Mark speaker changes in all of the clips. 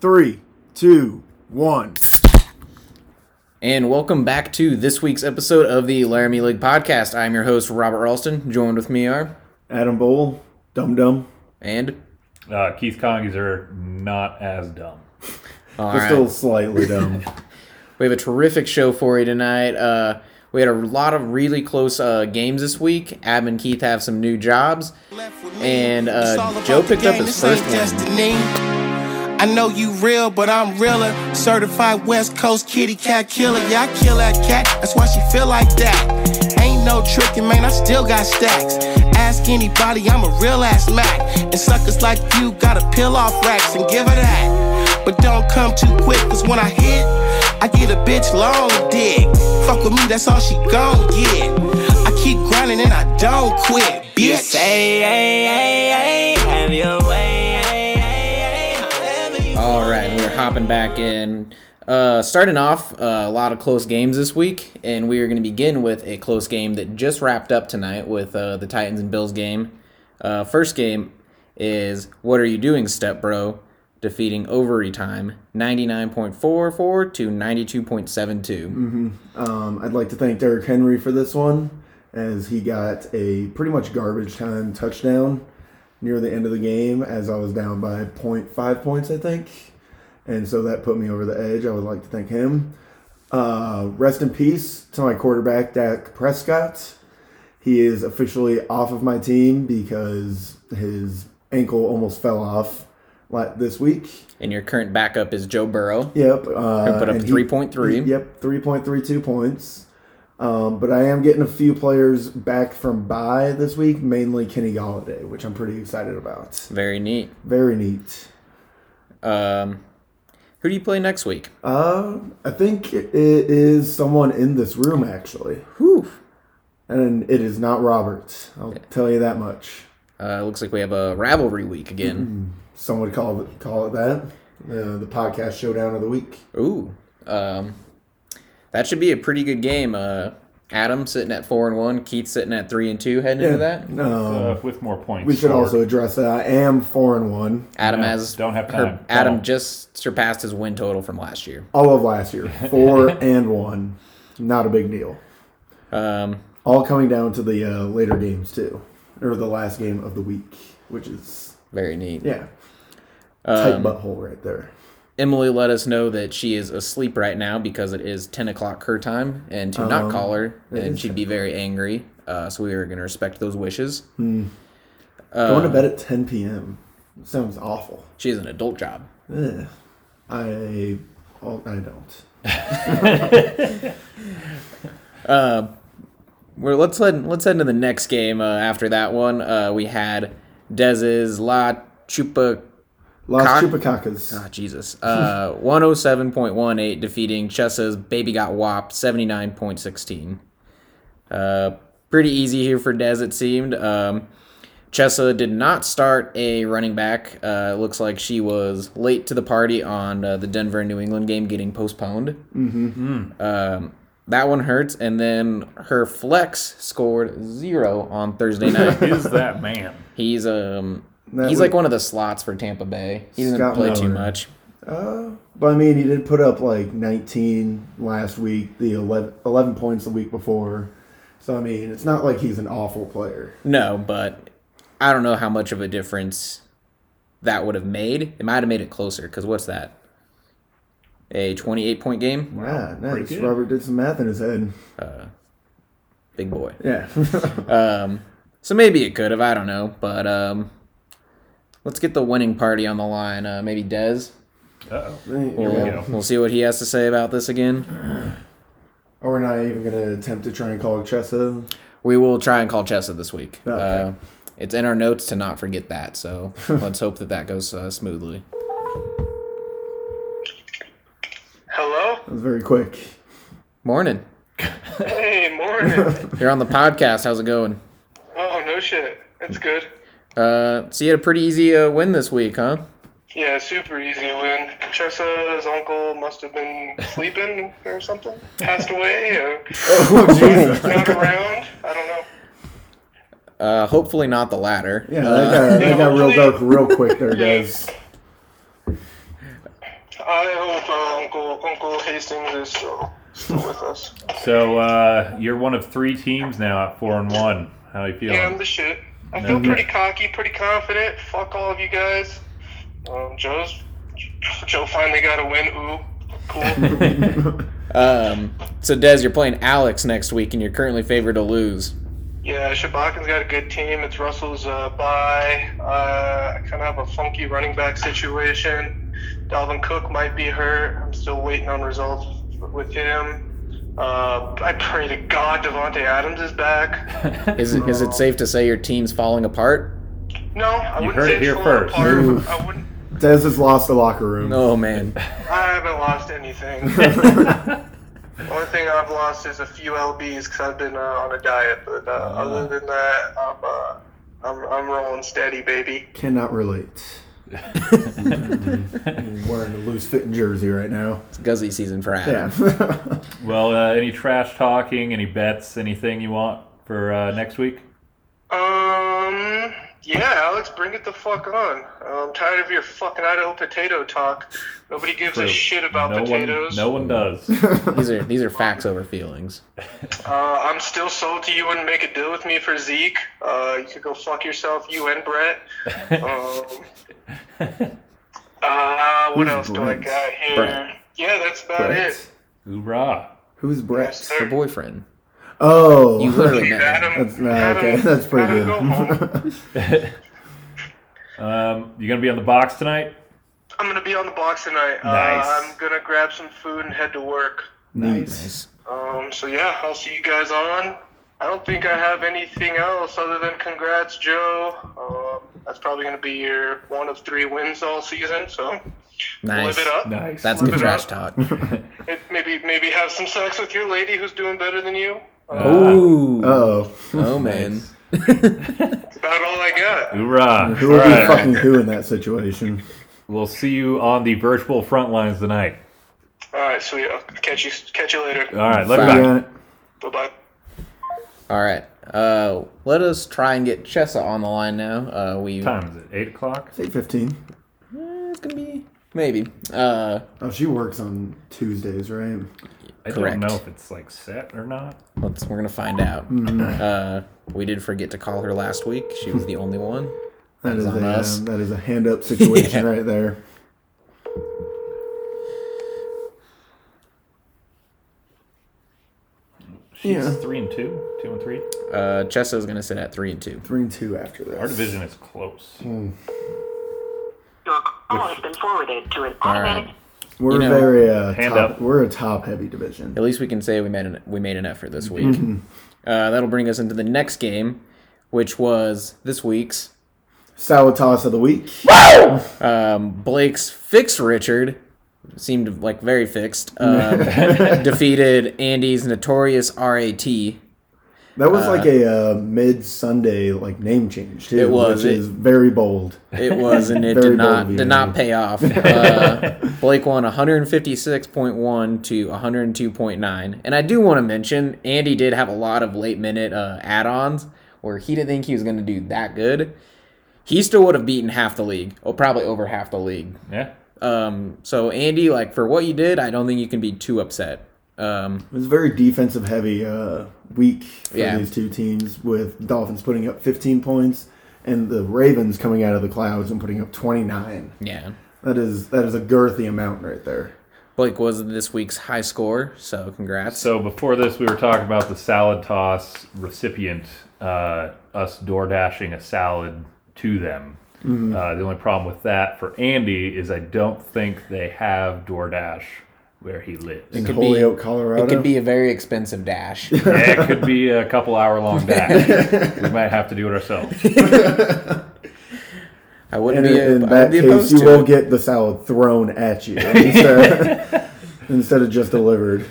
Speaker 1: three, two, one.
Speaker 2: And welcome back to this week's episode of the Laramie League Podcast. I'm your host, Robert Ralston. Joined with me are
Speaker 1: Adam Bowl, Dum Dum.
Speaker 2: and
Speaker 3: Uh, Keith Congies are not as dumb.
Speaker 2: all
Speaker 1: We're
Speaker 2: right.
Speaker 1: still slightly dumb.
Speaker 2: We have a terrific show for you tonight. Uh, we had a lot of really close uh, games this week. Ab and Keith have some new jobs.
Speaker 4: And uh, Joe picked up his first
Speaker 2: win.
Speaker 4: one. I know you real, but I'm realer. Certified West Coast kitty cat killer. Yeah, I kill that cat. That's why she feel like that. Ain't no tricking, man. I still got stacks. Ask anybody, I'm a real ass Mac. And suckers like you gotta peel off racks and give her that. But don't come too quick, cause when I hit, I get a bitch long dick. Fuck with me, that's all she gon' get. I keep grinding and I don't quit, bitch.
Speaker 2: All right, we're hopping back in. Uh, starting off, uh, a lot of close games this week, and we are going to begin with a close game that just wrapped up tonight with uh, the Titans and Bills game. Uh, first game is What Are You Doing, Step Bro? Defeating overtime 99.44 to 92.72.
Speaker 1: Um, I'd like to thank Derrick Henry for this one, as he got a pretty much garbage time touchdown near the end of the game, as I was down by 0.5 points, I think. And so that put me over the edge. I would like to thank him. Uh, rest in peace to my quarterback, Dak Prescott. He is officially off of my team because his ankle almost fell off like this week.
Speaker 2: And your current backup is Joe Burrow.
Speaker 1: Yep. Uh,
Speaker 2: put up
Speaker 1: and he-
Speaker 2: 3.3.
Speaker 1: he- Yep, 3.32 points. Um, but I am getting a few players back from bye this week, mainly Kenny Galladay, which I'm pretty excited about.
Speaker 2: Very neat.
Speaker 1: Very neat.
Speaker 2: Um, who do you play next week?
Speaker 1: Uh, I think it is someone in this room, actually.
Speaker 2: Whew.
Speaker 1: And it is not Robert. I'll tell you that much.
Speaker 2: Uh, looks like we have a rivalry week again.
Speaker 1: Some would call it, call it that. Uh, the podcast showdown of the week.
Speaker 2: Ooh, um, that should be a pretty good game. Uh, Adam sitting at four and one, Keith sitting at three and two, heading into that.
Speaker 1: Um,
Speaker 3: Uh, with more points.
Speaker 1: we should
Speaker 3: scored.
Speaker 1: also address that I am 4 and 1.
Speaker 2: Adam
Speaker 3: Yeah,
Speaker 2: has
Speaker 3: don't have time.
Speaker 2: Adam
Speaker 3: Don't.
Speaker 2: just surpassed his win total from last year.
Speaker 1: all of last year. Four and one. Not a big deal.
Speaker 2: Um,
Speaker 1: All coming down to the uh, later games, too. Or the last game of the week, which is,
Speaker 2: very neat.
Speaker 1: yeah. Tight
Speaker 2: Um,
Speaker 1: butthole right there.
Speaker 2: Emily let us know that she is asleep right now because it is ten o'clock her time, and to not call her, and she'd be very angry. Uh, so we are going to respect those wishes.
Speaker 1: Going to
Speaker 2: um,
Speaker 1: bed at 10 p.m. Sounds awful.
Speaker 2: She has an adult job.
Speaker 1: Ugh. I, oh, I don't.
Speaker 2: Well, let's head let's head into the next game. Uh, after that one, uh, we had Dez's La Chupa
Speaker 1: Las
Speaker 2: Cock-
Speaker 1: Chupacacas.
Speaker 2: Ah, Jesus. Uh, 107.18 defeating Chessa's Baby Got Whopped 79.16. Uh, pretty easy here for Dez, it seemed. Um, Chessa did not start a running back. Uh, it looks like she was late to the party on uh, the Denver and New England game getting postponed. Mm-hmm. Um, that one hurts. And then her flex scored zero on Thursday night.
Speaker 3: Is that man?
Speaker 2: He's um
Speaker 1: That
Speaker 2: he's
Speaker 1: would-
Speaker 2: like one of the slots for Tampa Bay. He doesn't
Speaker 1: Scott
Speaker 2: play too
Speaker 1: Miller.
Speaker 2: much.
Speaker 1: But I mean, he did put up like 19 last week, the 11, 11 points the week before. So, I mean, it's not like he's an awful player.
Speaker 2: No, but I don't know how much of a difference that would have made. It might have made it closer because what's that? A twenty-eight point game,
Speaker 1: Yeah, nice.
Speaker 3: good.
Speaker 1: Robert did some math in his head.
Speaker 2: big boy.
Speaker 1: Yeah.
Speaker 2: So maybe it could have. I don't know, but um, let's get the winning party on the line. Uh, maybe Dez.
Speaker 3: Uh oh.
Speaker 1: Here we
Speaker 2: We'll,
Speaker 1: go.
Speaker 3: go.
Speaker 2: we'll see what he has to say about this again.
Speaker 1: Or we're not even going to attempt to try and call Chessa.
Speaker 2: We will try and call Chessa this week.
Speaker 1: Okay.
Speaker 2: Uh, it's in our notes to not forget that. So let's hope that that goes uh, smoothly.
Speaker 5: Hello?
Speaker 1: That was very quick.
Speaker 2: Morning.
Speaker 5: Hey, morning.
Speaker 2: You're on the podcast. How's it going?
Speaker 5: oh, no shit. That's good.
Speaker 2: Uh, so you had a pretty easy uh, win this week, huh?
Speaker 5: Yeah, super easy win. Chessa's uncle must have been sleeping or something. Passed away or Oh, not around. I don't know.
Speaker 2: Uh, hopefully not the latter.
Speaker 1: Yeah, that got, that got real dark real quick there, guys.
Speaker 5: I hope uh, Uncle Uncle Hastings is still, still with us.
Speaker 3: So uh, you're one of three teams now at four and one. How you
Speaker 5: Yeah, I'm
Speaker 3: feeling?
Speaker 5: the shit. I
Speaker 3: No,
Speaker 5: feel
Speaker 3: you-
Speaker 5: pretty cocky, pretty confident. Fuck all of you guys. Um, Joe's Joe finally got a win. Ooh, cool.
Speaker 2: Um, so Des, you're playing Alex next week, and you're currently favored to lose.
Speaker 5: yeah, Shabaka's got a good team. It's Russell's uh, bye. Uh, I kind of have a funky running back situation. Dalvin Cook might be hurt. I'm still waiting on results with him. Uh, I pray to God Devonte Adams is back.
Speaker 2: Is it, is it safe to say your team's falling apart?
Speaker 5: No, I
Speaker 3: You
Speaker 5: wouldn't
Speaker 3: heard
Speaker 5: say
Speaker 3: it
Speaker 5: it's
Speaker 3: here
Speaker 5: falling
Speaker 3: first.
Speaker 5: apart.
Speaker 1: Oof.
Speaker 5: I wouldn't.
Speaker 1: Dez has lost the locker room.
Speaker 2: Oh man,
Speaker 5: I haven't lost anything. Only thing I've lost is a few lbs because I've been uh, on a diet. But uh,
Speaker 3: Oh,
Speaker 5: other than that, I'm, uh, I'm I'm rolling steady, baby.
Speaker 1: Cannot relate. You're wearing a loose fitting jersey right now.
Speaker 2: it's guzzy season for Adam.
Speaker 1: Yeah.
Speaker 3: well, uh, any trash talking, any bets, anything you want for uh, next week?
Speaker 5: Um, yeah, Alex, bring it the fuck on. I'm tired of your fucking Idaho potato talk. Nobody gives a
Speaker 3: True.
Speaker 5: shit about
Speaker 3: no
Speaker 5: potatoes.
Speaker 3: One, no one does.
Speaker 2: These are these are facts over feelings.
Speaker 5: Uh, I'm still salty you wouldn't make a deal with me for Zeke. Uh, you could go fuck yourself, you and Brett. Um, uh, what
Speaker 1: Who's
Speaker 5: else do I
Speaker 1: Brett?
Speaker 5: got here?
Speaker 2: Brett.
Speaker 5: Yeah, that's about
Speaker 1: Brett.
Speaker 5: it.
Speaker 3: Hoorah.
Speaker 1: Who's
Speaker 5: Yes,
Speaker 1: Brett?
Speaker 5: sir.
Speaker 2: Her boyfriend.
Speaker 1: Oh.
Speaker 2: You literally met him.
Speaker 5: Adam,
Speaker 1: That's, nah,
Speaker 5: Adam,
Speaker 1: okay. That's pretty
Speaker 5: Adam,
Speaker 1: good.
Speaker 5: go home.
Speaker 3: Um, you gonna be on the box tonight?
Speaker 5: I'm gonna be on the box tonight.
Speaker 3: Nice.
Speaker 5: Uh, I'm gonna grab some food and head to work.
Speaker 1: nice.
Speaker 5: Um, so yeah, I'll see you guys on. I don't think I have anything else other than congrats, Joe. Um, that's probably gonna be your one of three wins all season. So
Speaker 2: Nice.
Speaker 5: live it up.
Speaker 3: Nice.
Speaker 2: That's
Speaker 5: Live
Speaker 2: good
Speaker 5: it
Speaker 2: trash
Speaker 5: up.
Speaker 2: talk.
Speaker 5: It- maybe maybe have some sex with your lady who's doing better than you.
Speaker 2: Ooh.
Speaker 1: Oh.
Speaker 2: oh man.
Speaker 5: That's about all I got.
Speaker 3: Hoorah.
Speaker 1: Who would
Speaker 3: All
Speaker 1: be
Speaker 3: right.
Speaker 1: fucking who in that situation?
Speaker 3: We'll see you on the virtual front lines tonight.
Speaker 5: All right, sweet. I'll catch you catch you later.
Speaker 3: All right, look
Speaker 2: Bye.
Speaker 3: back.
Speaker 1: Yeah.
Speaker 5: Bye bye.
Speaker 2: All right. Uh, let us try and get Chessa on the line now. Uh, we
Speaker 3: What time is it? Eight o'clock.
Speaker 1: It's 8.15.
Speaker 2: it's gonna be maybe. Uh,
Speaker 1: Oh, she works on Tuesdays, right?
Speaker 3: I
Speaker 2: Correct.
Speaker 3: don't know if it's like set or not.
Speaker 2: let's we're gonna find out.
Speaker 1: Mm-hmm.
Speaker 2: Uh, we did forget to call her last week. She was the only one.
Speaker 1: That is
Speaker 2: on
Speaker 1: a
Speaker 2: us.
Speaker 1: um, that is a hand up situation right there.
Speaker 3: She's
Speaker 1: Yeah.
Speaker 3: three and two, two and three.
Speaker 2: Uh, Chessa is gonna sit at three and two.
Speaker 1: Three and two after this.
Speaker 3: Our division is close.
Speaker 6: Your call has been forwarded to an
Speaker 2: All
Speaker 6: automatic
Speaker 2: right.
Speaker 1: We're
Speaker 2: You know,
Speaker 1: very uh,
Speaker 3: hand
Speaker 1: top,
Speaker 3: up.
Speaker 1: We're a top heavy division.
Speaker 2: At least we can say we made an we made an effort this week. Uh, that'll bring us into the next game, which was this week's
Speaker 1: Salad toss of the week.
Speaker 2: um, Blake's fix Richard seemed like very fixed. Um, defeated Andy's notorious RAT.
Speaker 1: That was like a uh, mid Sunday like name change too.
Speaker 2: It was,
Speaker 1: which
Speaker 2: it-
Speaker 1: is very bold.
Speaker 2: It was, and it
Speaker 1: Very
Speaker 2: did not
Speaker 1: bold of you,
Speaker 2: did not
Speaker 1: Andy.
Speaker 2: pay off. Uh, Blake won 156.1 to 102.9. And I do want to mention Andy did have a lot of late minute uh, add-ons where he didn't think he was going to do that good. He still would have beaten half the league, or probably over half the league.
Speaker 3: Yeah.
Speaker 2: Um, so Andy, like for what you did, I don't think you can be too upset. Um,
Speaker 1: It was a very defensive heavy uh, week for
Speaker 2: Yeah.
Speaker 1: these two teams, with Dolphins putting up 15 points and the Ravens coming out of the clouds and putting up 29.
Speaker 2: yeah.
Speaker 1: That is that is a girthy amount right there.
Speaker 2: Blake was this week's high score, so congrats.
Speaker 3: So before this, we were talking about the salad toss recipient, uh, us door dashing a salad to them.
Speaker 1: Mm-hmm.
Speaker 3: Uh, the only problem with that for Andy is I don't think they have DoorDash where he lives.
Speaker 1: In
Speaker 2: could be-
Speaker 1: Holyoke, Colorado.
Speaker 2: it could be a very expensive dash.
Speaker 3: Yeah, it could be a couple hour long dash. we might have to do it ourselves.
Speaker 2: I wouldn't
Speaker 1: And
Speaker 2: be,
Speaker 1: in, in
Speaker 2: I
Speaker 1: that
Speaker 2: would be
Speaker 1: case,
Speaker 2: opposed
Speaker 1: you
Speaker 2: to
Speaker 1: will
Speaker 2: it.
Speaker 1: get the salad thrown at you instead, instead of just delivered.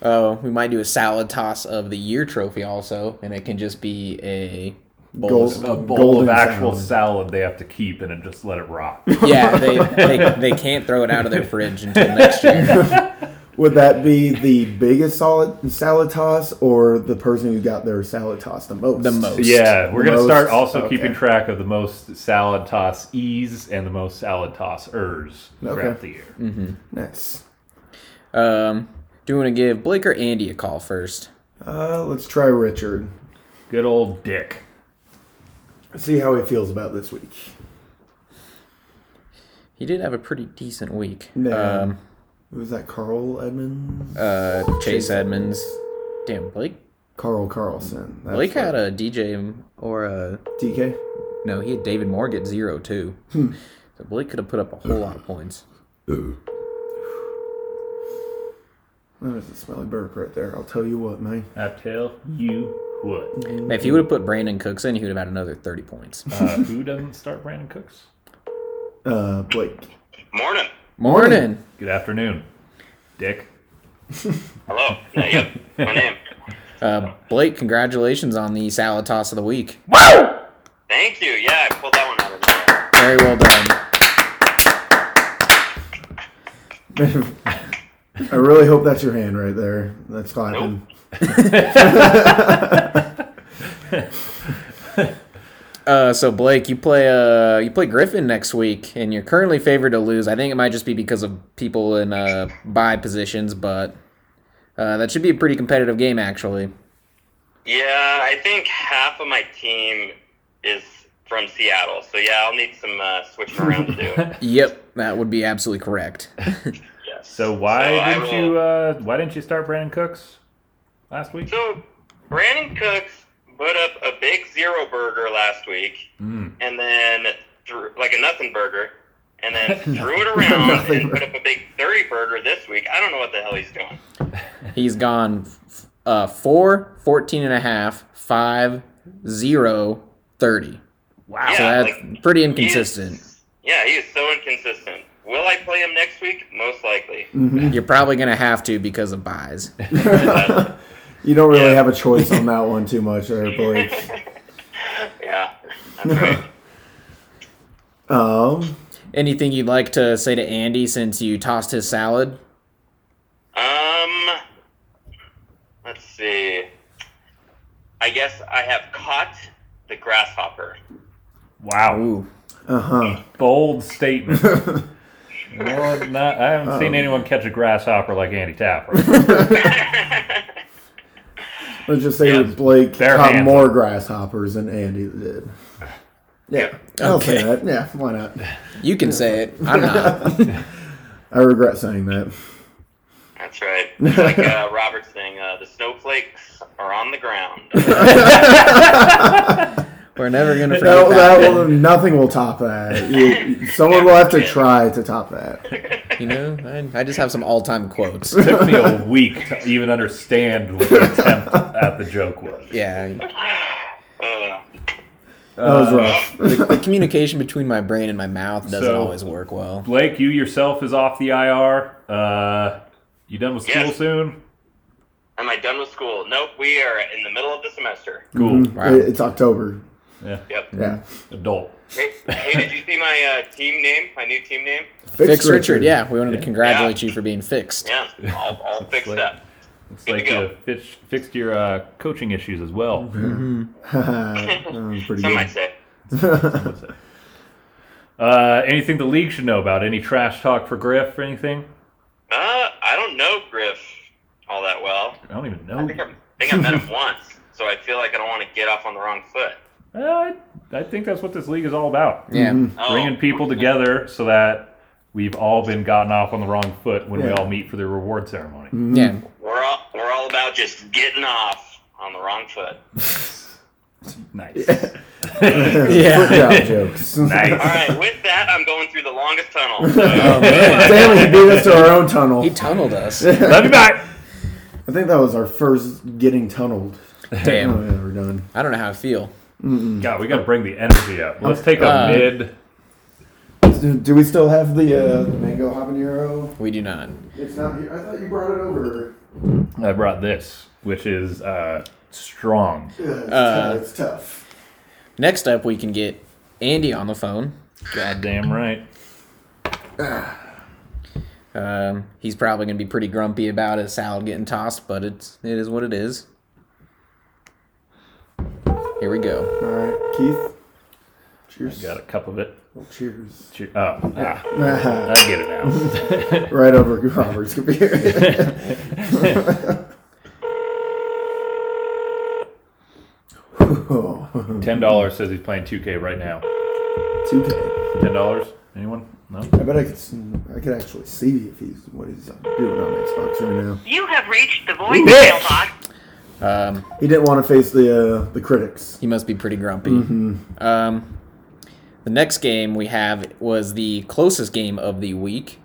Speaker 2: Oh, we might do a salad toss of the year trophy also, and it can just be a bowl
Speaker 1: Gold-
Speaker 2: of-
Speaker 3: A bowl
Speaker 1: Golden
Speaker 3: of actual
Speaker 1: salad.
Speaker 3: salad. they have to keep and then just let it rock.
Speaker 2: Yeah, they, they they can't throw it out of their fridge until next year.
Speaker 1: Would that be the biggest salad salad toss or the person who got their salad toss the most?
Speaker 2: The most.
Speaker 3: Yeah, we're gonna
Speaker 1: Most-
Speaker 3: start also keeping
Speaker 1: okay.
Speaker 3: track of the most salad toss e's and the most salad toss ers
Speaker 1: Okay.
Speaker 3: throughout the year.
Speaker 1: Nice.
Speaker 2: Um, do you want to give Blake or Andy a call first?
Speaker 1: Uh, let's try Richard.
Speaker 3: Good old Dick.
Speaker 1: See how he feels about this week.
Speaker 2: He did have a pretty decent week.
Speaker 1: Yeah.
Speaker 2: Um,
Speaker 1: Who was that? Carl Edmonds.
Speaker 2: uh, Chase Edmonds. Damn, Blake.
Speaker 1: Carl Carlson. That's
Speaker 2: Blake had a DJ or a
Speaker 1: DK.
Speaker 2: no. He had David Moore get zero too.
Speaker 1: Hmm.
Speaker 2: So Blake could have put up a whole lot of points.
Speaker 1: That was a smelly burp right there. I'll tell you what, man.
Speaker 3: I tell you what.
Speaker 2: If you would have put Brandon Cooks in, he would have had another thirty points.
Speaker 3: Uh, who doesn't start Brandon Cooks?
Speaker 1: Uh, Blake.
Speaker 6: Morning.
Speaker 2: Morning.
Speaker 3: Good afternoon, Dick.
Speaker 6: Hello. Yeah, yeah. My name.
Speaker 2: Uh, Blake, congratulations on the salad toss of the week.
Speaker 6: Thank you. Yeah, I pulled that one out of the air.
Speaker 2: Very well done.
Speaker 1: I really hope that's your hand right there. That's clapping.
Speaker 2: Uh, so Blake, you play uh, you play Griffin next week, and you're currently favored to lose. I think it might just be because of people in uh, buy positions, but uh, that should be a pretty competitive game, actually.
Speaker 6: Yeah, I think half of my team is from Seattle. So yeah, I'll need some uh, switching around to do.
Speaker 2: Yep, that would be absolutely correct.
Speaker 6: Yes.
Speaker 3: So why
Speaker 6: So I
Speaker 3: didn't
Speaker 6: will-
Speaker 3: you uh, why didn't you start Brandon Cooks last week?
Speaker 6: So Brandon Cooks put up a big zero burger last week,
Speaker 3: Mm.
Speaker 6: and then threw, like a nothing burger, and then threw it around
Speaker 1: Nothing
Speaker 6: and put up a big thirty burger this week. I don't know what the hell he's doing.
Speaker 2: He's gone f- uh, 4, 14 and a half, 5, 0, 30.
Speaker 3: Wow.
Speaker 2: So
Speaker 6: Yeah,
Speaker 2: that's
Speaker 6: like,
Speaker 2: pretty
Speaker 6: He is-
Speaker 2: inconsistent.
Speaker 6: yeah, he is so inconsistent. Will I play him next week? Most likely.
Speaker 2: You're probably going to have to because of buys.
Speaker 1: You don't really
Speaker 6: Yeah.
Speaker 1: have a choice on that one too much there, Blake.
Speaker 6: Yeah. That's right.
Speaker 1: Um,
Speaker 2: Anything you'd like to say to Andy since you tossed his salad?
Speaker 6: Um, let's see. I guess I have caught the grasshopper.
Speaker 3: Wow.
Speaker 2: Ooh.
Speaker 1: uh huh.
Speaker 3: Bold statement. well, not, I
Speaker 1: Oh.
Speaker 3: haven't seen anyone catch a grasshopper like Andy Tapper.
Speaker 1: Let's just say that Blake
Speaker 3: Bare
Speaker 1: caught
Speaker 3: hands.
Speaker 1: more grasshoppers than Andy did. Yeah. I'll say
Speaker 2: Okay.
Speaker 1: that. Yeah, why not?
Speaker 2: You can say it. I'm not.
Speaker 1: I regret saying that.
Speaker 6: That's right. It's like uh, Robert's thing, uh, the snowflakes are on the ground.
Speaker 2: We're never going to forget
Speaker 1: No,
Speaker 2: that.
Speaker 1: that will, nothing will top that. You, someone will have to try to top that.
Speaker 2: You know, I, I just have some all-time quotes.
Speaker 3: Took me a week to even understand what the attempt at the joke was.
Speaker 2: Yeah,
Speaker 6: Uh,
Speaker 1: That
Speaker 3: Uh,
Speaker 1: was rough.
Speaker 2: the, the communication between my brain and my mouth doesn't
Speaker 3: So-
Speaker 2: always work well.
Speaker 3: Blake, you yourself is off the IR. Uh, you done with school
Speaker 6: Yes.
Speaker 3: soon?
Speaker 6: am I done with school? Nope, we are in the middle of the semester.
Speaker 3: Cool.
Speaker 2: Wow.
Speaker 1: It- it's October.
Speaker 3: Yeah.
Speaker 6: Yep.
Speaker 1: Yeah.
Speaker 3: Adult.
Speaker 6: Hey, hey, did you see my uh, team name? My new team name?
Speaker 1: Fix,
Speaker 2: Fix Richard. Yeah, we wanted to congratulate
Speaker 6: Yeah.
Speaker 2: you for being fixed.
Speaker 6: Yeah, all, all fixed
Speaker 3: like-
Speaker 6: up.
Speaker 3: It's
Speaker 6: Good to
Speaker 3: like
Speaker 6: go.
Speaker 3: you fix, fixed your uh, coaching issues as well.
Speaker 1: Mm-hmm. that was pretty
Speaker 6: Some
Speaker 1: good.
Speaker 6: might say.
Speaker 3: What's that? Uh, anything the league should know about? Any trash talk for Griff or anything?
Speaker 6: Uh, I don't know Griff all that well.
Speaker 3: I don't even
Speaker 6: I
Speaker 3: know.
Speaker 6: think
Speaker 1: Oh.
Speaker 6: I, I think I met him once, so I feel like I don't want to get off on the wrong foot.
Speaker 3: Uh, I, I think that's what this league is all about.
Speaker 2: Yeah.
Speaker 1: Mm-hmm.
Speaker 6: Oh,
Speaker 3: Bringing people together so that we've all been gotten off on the wrong foot when we
Speaker 1: Yeah. Mm-hmm.
Speaker 3: all meet for the reward ceremony.
Speaker 2: Yeah.
Speaker 6: we're all we're all about just getting off on the wrong foot.
Speaker 3: Nice.
Speaker 1: Foot job jokes.
Speaker 6: All
Speaker 3: nice.
Speaker 6: right, with that, I'm going through the longest tunnel. So,
Speaker 1: Damn it, he beat us to our own tunnel.
Speaker 2: Oh, He tunneled us.
Speaker 3: Love you, bye.
Speaker 1: I think that was our first getting tunneled. Oh,
Speaker 2: Damn.
Speaker 1: yeah, we're done.
Speaker 2: I don't know how I feel.
Speaker 3: God, we got to bring the energy up. Let's take a
Speaker 2: Uh,
Speaker 3: mid.
Speaker 1: Do, do we still have the uh, mango habanero?
Speaker 2: We do not.
Speaker 1: It's not here. I thought you brought it over.
Speaker 3: I brought this, which is uh, strong.
Speaker 1: Yeah, it's, tou- it's tough.
Speaker 2: Next up, we can get Andy on the phone.
Speaker 3: Goddamn right.
Speaker 2: Um, he's probably going to be pretty grumpy about his salad getting tossed, but it's it is what it is. Here we go.
Speaker 1: All right, Keith. Cheers.
Speaker 3: Got a cup of it.
Speaker 1: Cheers.
Speaker 3: Che- Oh, ah,
Speaker 1: Ah,
Speaker 3: I get it now.
Speaker 1: right over Robert's computer. Oh,
Speaker 3: Ten dollars says he's playing 2K right now.
Speaker 1: 2K.
Speaker 3: Ten dollars? Anyone? No.
Speaker 1: I bet I could. s- I could actually see if he's what he's doing on Xbox right now.
Speaker 7: You have reached the voicemail box.
Speaker 2: Um,
Speaker 1: He didn't want to face the uh, the critics.
Speaker 2: he must be pretty grumpy. Um, the next game we have was the closest game of the week.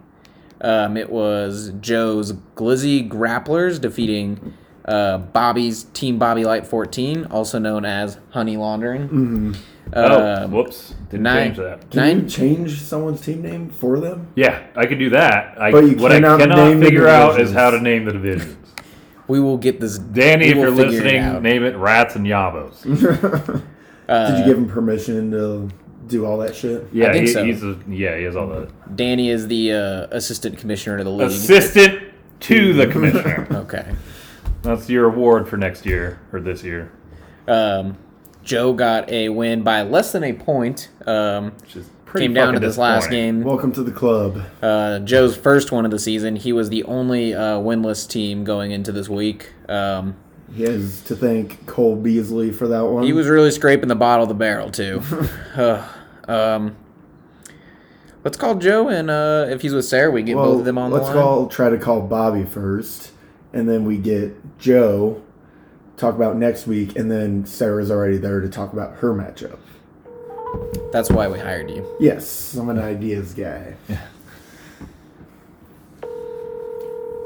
Speaker 2: Um, it was Joe's Glizzy Grapplers defeating uh, Bobby's Team Bobby Light 14, also known as Honey Laundering.
Speaker 3: Oh,
Speaker 2: Um,
Speaker 3: whoops! Didn't
Speaker 2: nine-
Speaker 3: change that.
Speaker 1: Can
Speaker 2: Nine-
Speaker 1: you change someone's team name for them?
Speaker 3: Yeah, I could do that. I,
Speaker 1: But you
Speaker 3: what I
Speaker 1: cannot name
Speaker 3: cannot
Speaker 1: the
Speaker 3: figure out is
Speaker 1: divisions.
Speaker 3: how to name the divisions.
Speaker 2: We will get this.
Speaker 3: Danny,
Speaker 2: we
Speaker 3: if
Speaker 2: will
Speaker 3: you're
Speaker 2: figure it
Speaker 3: listening,
Speaker 2: out.
Speaker 3: name it Rats and Yabos.
Speaker 2: Uh,
Speaker 1: Did you give him permission to do all that shit?
Speaker 3: Yeah,
Speaker 2: think
Speaker 3: he,
Speaker 2: so.
Speaker 3: he's a, yeah, he has all the
Speaker 2: Danny is the uh, assistant commissioner to the league.
Speaker 3: assistant to the commissioner.
Speaker 2: okay.
Speaker 3: That's your award for next year or this year,
Speaker 2: Um, Joe got a win by less than a point. Um,
Speaker 3: which is pretty
Speaker 2: came down to
Speaker 3: fucking
Speaker 2: this last
Speaker 3: disappointing.
Speaker 2: game.
Speaker 1: Welcome to the club.
Speaker 2: Uh, Joe's first one of the season. He was the only uh, winless team going into this week. Um,
Speaker 1: He has to thank Cole Beasley for that one.
Speaker 2: he was really scraping the bottom of the barrel too. Ugh. um, let's call Joe, and uh, if he's with Sarah, we get
Speaker 1: Well,
Speaker 2: both of them on
Speaker 1: let's
Speaker 2: the line.
Speaker 1: call try to call Bobby first, and then we get Joe. Talk about next week, and then Sarah's already there to talk about her matchup.
Speaker 2: That's why we hired you.
Speaker 1: Yes, I'm an ideas guy.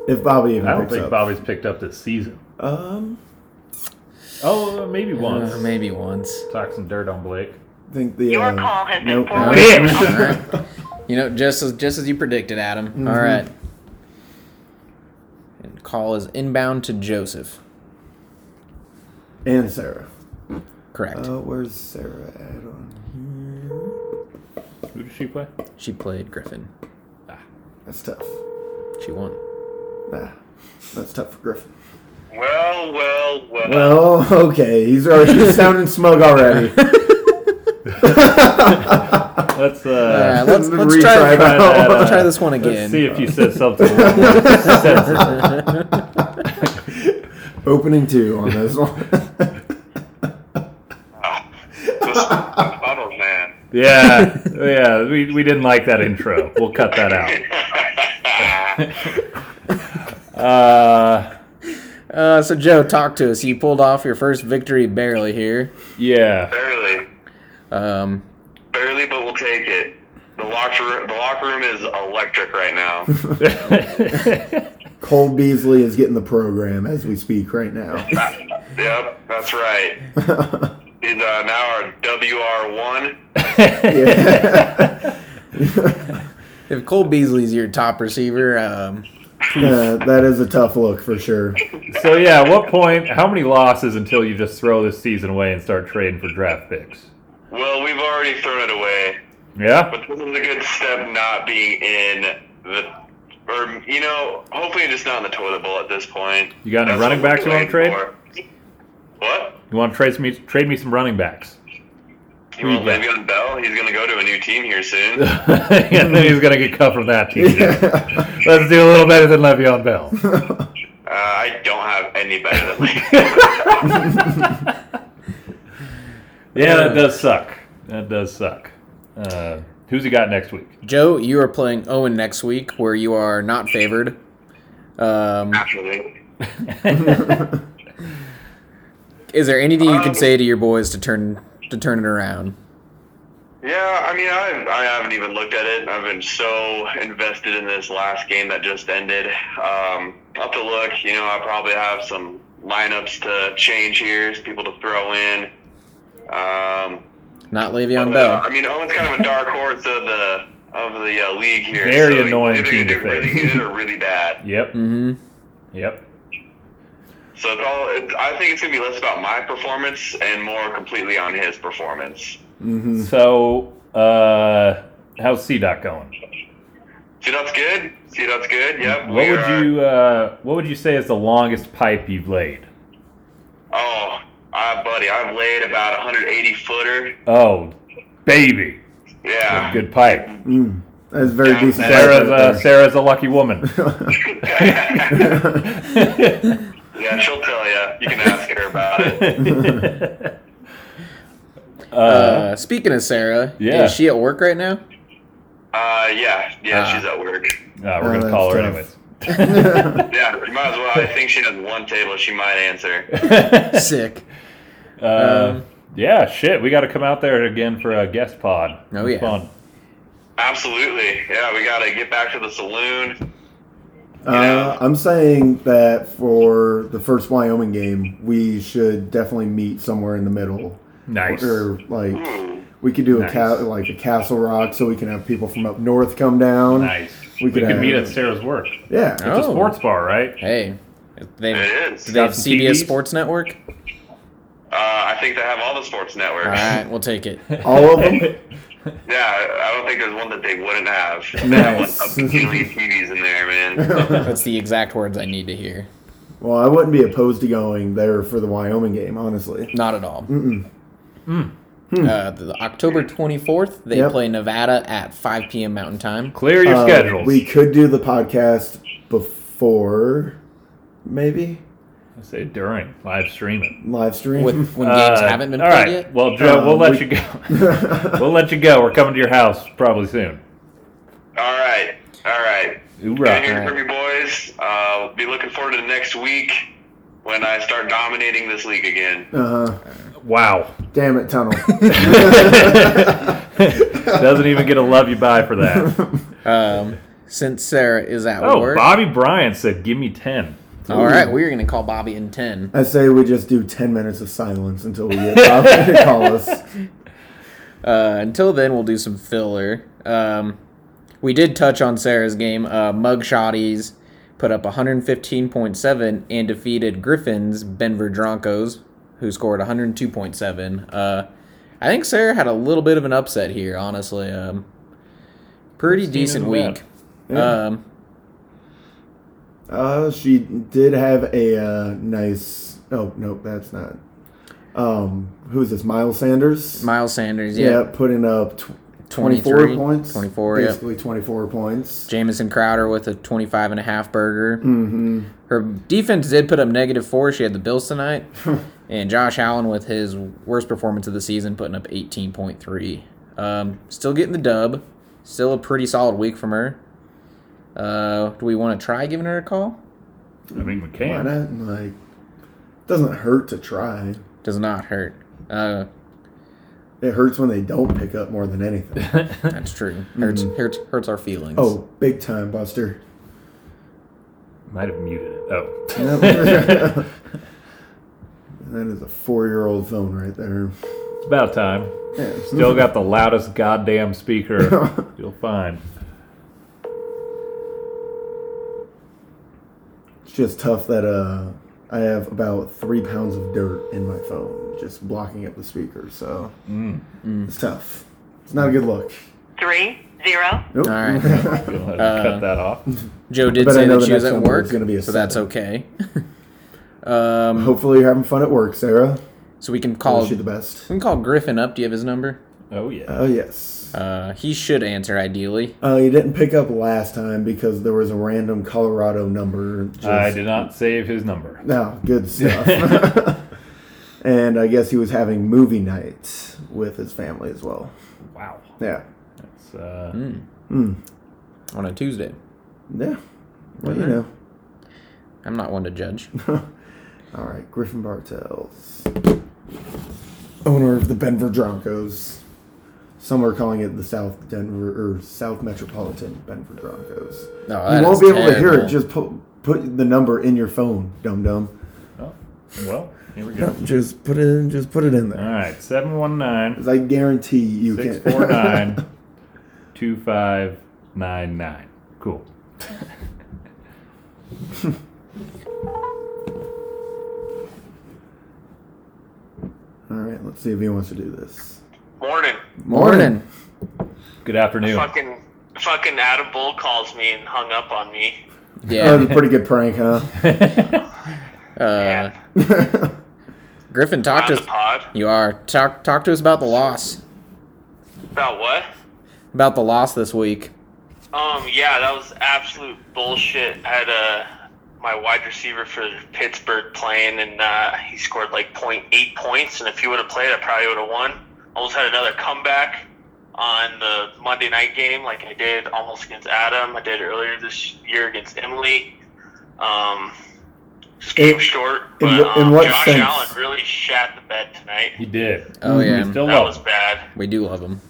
Speaker 1: if Bobby even
Speaker 3: I don't
Speaker 1: picks
Speaker 3: think
Speaker 1: up.
Speaker 3: Bobby's picked up this season.
Speaker 1: Um,
Speaker 3: Oh, uh, maybe once.
Speaker 2: Uh, maybe once.
Speaker 3: Talk some dirt on Blake.
Speaker 1: I think the
Speaker 7: Your
Speaker 1: uh,
Speaker 7: call has been
Speaker 1: nope.
Speaker 7: forwarded.
Speaker 2: You know, just as just as you predicted, Adam. All right. And call is inbound to Joseph.
Speaker 1: and Sarah.
Speaker 2: Correct.
Speaker 1: Uh, where's Sarah at on?
Speaker 3: Who did she play?
Speaker 2: she played Griffin.
Speaker 1: That's tough.
Speaker 2: She won.
Speaker 1: Ah, that's tough for Griffin.
Speaker 6: Well, well, well.
Speaker 1: Well, Oh, okay, he's already he's sounding smug already.
Speaker 3: Let's uh,
Speaker 2: Uh, let's let's try,
Speaker 1: Retry
Speaker 2: try,
Speaker 1: that,
Speaker 2: that,
Speaker 3: uh,
Speaker 2: try this one again.
Speaker 3: let's see if he says something. a little more sensible.
Speaker 1: Opening two on this one.
Speaker 6: Just a bottle man.
Speaker 3: yeah, yeah. We, we didn't like that intro. We'll cut that out. Uh,
Speaker 2: Uh, so Joe, talk to us. You pulled off your first victory barely here.
Speaker 3: yeah.
Speaker 6: barely,
Speaker 2: Um,
Speaker 6: barely, but we'll take it. The locker room, the locker room is electric right now.
Speaker 1: Cole Beasley is getting the program as we speak right now.
Speaker 6: yep, that's right. He's uh, now our WR one.
Speaker 2: if Cole Beasley's your top receiver, um,
Speaker 1: Uh, that is a tough look for sure.
Speaker 3: so yeah, at what point? How many losses until you just throw this season away and start trading for draft picks?
Speaker 6: Well, we've already thrown it away,
Speaker 3: Yeah.
Speaker 6: but this is a good step not being in the, or you know, hopefully just not in the toilet bowl at this point.
Speaker 3: You got any
Speaker 6: That's
Speaker 3: running
Speaker 6: what
Speaker 3: backs you
Speaker 6: we're
Speaker 3: want to trade?
Speaker 6: waiting for. What?
Speaker 3: You want to trade me? Trade me some running backs.
Speaker 6: You want
Speaker 3: Yeah.
Speaker 6: Le'Veon Bell? He's gonna go to a new team here soon. Uh,
Speaker 3: and then he's gonna get cut from that team. Let's do a little better than Le'Veon Bell.
Speaker 6: Uh, I don't have any better than Le'Veon.
Speaker 3: Yeah, that does suck. That does suck. Uh, who's he got next week?
Speaker 2: Joe, you are playing Owen next week, where you are not favored. Um,
Speaker 6: actually.
Speaker 2: is there anything you can say to your boys to turn to turn it around?
Speaker 5: Uh,
Speaker 6: Yeah, I mean, I, I haven't even looked at it. I've been so invested in this last game that just ended. Um, I'll have to look. You know, I probably have some lineups to change here, people to throw in. Um,
Speaker 2: Not Le'Veon
Speaker 6: but,
Speaker 2: Bell.
Speaker 6: I mean, Owen's kind of a dark horse of the of the uh, league here.
Speaker 3: Very
Speaker 6: so he's
Speaker 3: annoying
Speaker 6: either
Speaker 3: team
Speaker 6: gonna
Speaker 3: to
Speaker 6: do really
Speaker 3: face.
Speaker 6: good or really bad.
Speaker 3: Yep.
Speaker 2: hmm
Speaker 3: Yep.
Speaker 6: So it's all. It, I think it's gonna be less about my performance and more completely on his performance.
Speaker 1: hmm
Speaker 3: So, uh, how's C Doc going?
Speaker 6: C
Speaker 8: See, that's good. See, that's good. Yep.
Speaker 3: What
Speaker 8: we
Speaker 3: would
Speaker 8: are-
Speaker 3: you uh, What would you say is the longest pipe you've laid?
Speaker 8: Oh, uh, buddy, I've laid about a 180 footer.
Speaker 3: Oh, baby,
Speaker 8: Yeah.
Speaker 3: good pipe.
Speaker 1: Mm, that's very
Speaker 8: Yeah,
Speaker 1: decent.
Speaker 3: Sarah's uh,
Speaker 1: right
Speaker 3: a, Sarah's a lucky woman. Uh,
Speaker 8: yeah, she'll tell you. You can ask her about it.
Speaker 2: Uh, speaking of Sarah,
Speaker 3: Uh-huh. Yeah.
Speaker 2: is she at work right now?
Speaker 8: Uh, yeah, yeah,
Speaker 2: Ah.
Speaker 8: she's at work.
Speaker 3: Uh, we're
Speaker 1: Oh,
Speaker 3: gonna call her
Speaker 1: that's
Speaker 3: anyways.
Speaker 8: Yeah, you might as well. I think she has one table. She might answer.
Speaker 2: Sick.
Speaker 3: uh,
Speaker 2: Um,
Speaker 3: yeah, shit, we got to come out there again for a guest pod.
Speaker 2: Oh,
Speaker 3: It's
Speaker 2: yeah.
Speaker 3: fun.
Speaker 8: Absolutely. Yeah, we gotta get back to the saloon.
Speaker 1: Uh, I'm saying that for the first Wyoming game, we should definitely meet somewhere in the middle,
Speaker 3: Nice. Hmm.
Speaker 1: or like
Speaker 8: Ooh,
Speaker 1: we could do a ca-
Speaker 3: Nice.
Speaker 1: like a Castle Rock, so we can have people from up north come down.
Speaker 3: Nice.
Speaker 1: We
Speaker 3: We,
Speaker 1: could
Speaker 3: could
Speaker 1: have-
Speaker 3: meet at Sarah's work.
Speaker 1: Yeah,
Speaker 3: It's a
Speaker 2: Oh.
Speaker 3: sports bar, right?
Speaker 2: Hey, they
Speaker 8: it is.
Speaker 2: do
Speaker 8: Uh,
Speaker 2: they have
Speaker 3: Got some
Speaker 2: CBS
Speaker 3: TVs?
Speaker 2: Sports Network.
Speaker 8: I think they have all the sports networks.
Speaker 2: All right, we'll take it.
Speaker 1: all of them.
Speaker 8: Yeah, I I don't think there's one that they wouldn't have. They have
Speaker 1: Nice.
Speaker 8: like a billion TVs in there, man.
Speaker 2: That's the exact words I need to hear.
Speaker 1: Well, I wouldn't be opposed to going there for the Wyoming game, honestly.
Speaker 2: Not at all.
Speaker 3: Hmm.
Speaker 2: Uh, the, the October 24th, they
Speaker 1: Yep.
Speaker 2: play Nevada at 5 p.m. Mountain Time.
Speaker 3: Clear your
Speaker 1: Uh,
Speaker 3: schedules.
Speaker 1: We could do the podcast before, maybe
Speaker 3: I say during live streaming.
Speaker 1: live stream.
Speaker 2: With when games
Speaker 3: Uh,
Speaker 2: haven't been
Speaker 3: all
Speaker 2: played
Speaker 3: right.
Speaker 2: yet.
Speaker 3: Well, Joe,
Speaker 1: Um,
Speaker 3: we'll let
Speaker 1: we-
Speaker 3: you go. we'll let you go. We're coming to your house probably soon.
Speaker 8: all right, all right. Good to
Speaker 3: Hoorah.
Speaker 8: hear from you boys. Uh, be looking forward to the next week when I start dominating this league again.
Speaker 1: uh,
Speaker 3: Wow.
Speaker 1: damn it, tunnel.
Speaker 3: Doesn't even get a love you bye for that.
Speaker 2: Um, since Sarah is at
Speaker 3: Oh,
Speaker 2: work.
Speaker 3: Bobby Bryant said, "Give me 10.
Speaker 2: All right, we're going to call Bobby in 10.
Speaker 1: I say we just do ten minutes of silence until we get Bobby to call us.
Speaker 2: Uh, until then, we'll do some filler. Um, we did touch on Sarah's game. Uh, Mugshotties put up 115.7 and defeated Griffin's Denver Broncos, who scored 102.7. Uh, I think Sarah had a little bit of an upset here, honestly. Um, pretty
Speaker 3: Christine
Speaker 2: decent
Speaker 3: in the
Speaker 2: week. Um,
Speaker 1: Uh, she did have a uh, nice. Oh no, that's not. Um, who's this? Miles Sanders.
Speaker 2: Miles Sanders, yeah.
Speaker 1: yeah, putting up tw- twenty-four
Speaker 2: 23,
Speaker 1: points.
Speaker 2: 24, yep.
Speaker 1: basically twenty-four points.
Speaker 2: Jamison Crowder with a 25 and a half burger.
Speaker 1: mm-hmm.
Speaker 2: Her defense did put up negative four. She had the Bills tonight. and Josh Allen with his worst performance of the season, putting up 18.3. Um, still getting the dub. Still a pretty solid week from her. Uh, do we want to try giving her a call?
Speaker 3: I mean, we
Speaker 1: Why
Speaker 3: can.
Speaker 1: not? Like, doesn't hurt to try.
Speaker 2: Does not hurt. Uh,
Speaker 1: It hurts when they don't pick up more than anything.
Speaker 2: that's true. Hurts, hurts, hurts our feelings.
Speaker 1: Mm-hmm. Oh, big time, Buster.
Speaker 3: Might have muted it. Oh,
Speaker 1: that is a four-year-old phone right there.
Speaker 3: it's about time.
Speaker 1: Yeah.
Speaker 3: Still got the loudest goddamn speaker you'll find.
Speaker 1: It's just tough that uh, I have about three pounds of dirt in my phone, just blocking up the speaker. So it's tough. It's not a good look.
Speaker 6: Three, zero.
Speaker 1: Nope.
Speaker 2: All right.
Speaker 3: You'll have to
Speaker 2: Uh,
Speaker 3: cut that off.
Speaker 2: Joe did
Speaker 1: But I
Speaker 2: say
Speaker 1: know
Speaker 2: that
Speaker 1: the
Speaker 2: she was
Speaker 1: next
Speaker 2: at
Speaker 1: one
Speaker 2: work,
Speaker 1: was gonna be a
Speaker 2: so that's
Speaker 1: seven.
Speaker 2: okay. um,
Speaker 1: Hopefully you're having fun at work, Sarah.
Speaker 2: so we can
Speaker 1: I
Speaker 2: call.
Speaker 1: Wish you the
Speaker 2: We
Speaker 1: best.
Speaker 2: can call Griffin up. Do you have his number?
Speaker 3: Oh yeah.
Speaker 1: Oh yes.
Speaker 2: Uh, he should answer ideally.
Speaker 1: Uh, you didn't pick up last time because there was a random Colorado number. Just,
Speaker 3: I did not save his number.
Speaker 1: No, good stuff. and I guess he was having movie night with his family as well.
Speaker 3: Wow.
Speaker 1: Yeah.
Speaker 3: That's uh,
Speaker 1: Mm.
Speaker 2: on a Tuesday.
Speaker 1: Yeah. Well, you know.
Speaker 2: I'm not one to judge.
Speaker 1: All right, Griffin Bartels, owner of the Denver Broncos. Some are calling it the South Denver or South Metropolitan Denver Broncos.
Speaker 2: No,
Speaker 1: you
Speaker 2: that
Speaker 1: won't
Speaker 2: is
Speaker 1: be able to hear it.
Speaker 2: terrible.
Speaker 1: Just put put the number in your phone, dum dum.
Speaker 3: oh, well. Here we go.
Speaker 1: Just put it. In, just put it in
Speaker 3: All
Speaker 1: there.
Speaker 3: right. Seven one nine
Speaker 1: 'Cause I guarantee you
Speaker 3: six
Speaker 1: can't.
Speaker 3: four nine two five nine nine. Cool.
Speaker 1: All right, let's see if he wants to do this.
Speaker 8: Morning.
Speaker 2: Morning.
Speaker 3: Good afternoon.
Speaker 5: Fucking
Speaker 6: fucking Adam Bull calls me and hung up on me.
Speaker 1: That was
Speaker 2: Yeah.
Speaker 1: a pretty good prank, huh?
Speaker 2: Uh,
Speaker 6: Yeah.
Speaker 2: Griffin, talk
Speaker 6: On
Speaker 2: to
Speaker 6: the
Speaker 2: us.
Speaker 6: pod.
Speaker 2: You are talk talk to us about the loss,
Speaker 6: About what?
Speaker 2: about the loss this week.
Speaker 6: Um, yeah, that was absolute bullshit. I had uh, my wide receiver for Pittsburgh playing, and uh, he scored like 0.8 points. And if he would have played, I probably would have won. Almost had another comeback on the Monday night game, like I did almost against Adam. I did earlier this year against Emily. Um, just came
Speaker 1: In-
Speaker 6: short,
Speaker 1: in
Speaker 6: but
Speaker 1: wh- in
Speaker 6: um,
Speaker 1: what
Speaker 6: Josh
Speaker 1: sense?
Speaker 6: Allen really shat the bed tonight.
Speaker 3: He did.
Speaker 2: Oh yeah,
Speaker 3: Mm-hmm. Still
Speaker 6: Mm. That
Speaker 3: low.
Speaker 6: was bad.
Speaker 2: we do love him.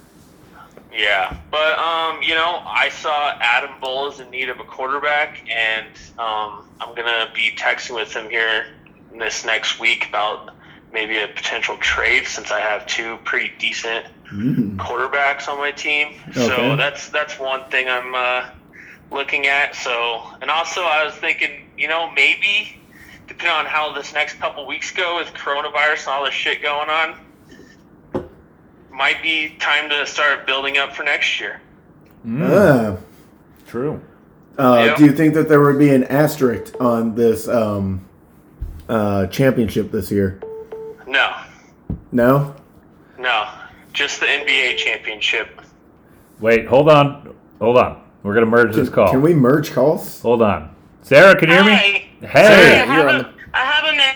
Speaker 6: Yeah, but um, you know, I saw Adam Bull is in need of a quarterback, and um, I'm gonna be texting with him here this next week about maybe a potential trade since I have two pretty decent
Speaker 1: Mm-hmm.
Speaker 6: quarterbacks on my team.
Speaker 1: Okay.
Speaker 6: So that's that's one thing I'm uh, looking at. So, and also I was thinking, you know, maybe depending on how this next couple weeks go with coronavirus and all this shit going on, might be time to start building up for next year.
Speaker 1: Ah.
Speaker 3: True.
Speaker 1: Uh,
Speaker 6: Yeah.
Speaker 1: Do you think that there would be an asterisk on this um, uh, championship this year?
Speaker 6: No,
Speaker 1: No.
Speaker 6: no, just the NBA championship.
Speaker 3: Wait, hold on. Hold on. We're going to merge this call.
Speaker 1: Can we merge calls?
Speaker 3: Hold on. Sarah, can you hear me?
Speaker 6: Hi.
Speaker 3: Hey.
Speaker 2: Sarah. you're on the-
Speaker 6: I have a man.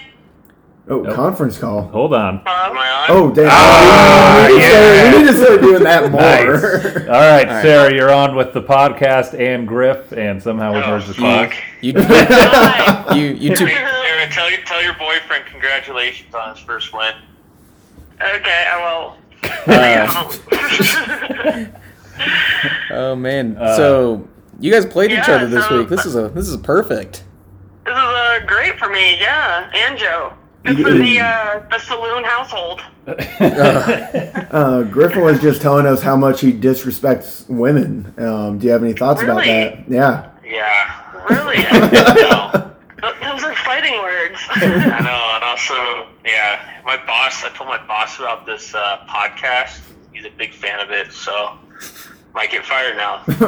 Speaker 1: Oh, conference call.
Speaker 3: Hold on.
Speaker 6: Am I on?
Speaker 1: Oh, damn.
Speaker 3: Ah,
Speaker 1: we, need to
Speaker 3: yeah.
Speaker 1: start, we need to start doing that
Speaker 3: Nice.
Speaker 1: more.
Speaker 3: All right, Sarah, you're on with the podcast and Griff, and somehow
Speaker 6: Oh,
Speaker 3: we merged the call.
Speaker 2: You
Speaker 6: Hi.
Speaker 2: you you two
Speaker 6: Aaron, tell, your- tell your boyfriend congratulations on his first win. Okay, I will.
Speaker 2: Uh, oh man. so you guys played each
Speaker 6: yeah,
Speaker 2: other this
Speaker 6: so-
Speaker 2: week. This is a this is perfect.
Speaker 6: This is uh, great for me, yeah, and Joe. This
Speaker 1: is the,
Speaker 6: uh, the saloon household.
Speaker 1: Uh, Griffin was just telling us how much he disrespects women. Um, do you have any thoughts about
Speaker 6: Really?
Speaker 1: that? Yeah.
Speaker 6: Yeah. Really? no. Those are fighting words. I know, and also, yeah, my boss. I told my boss about this uh, podcast. He's a big fan of it, so might get fired now. He's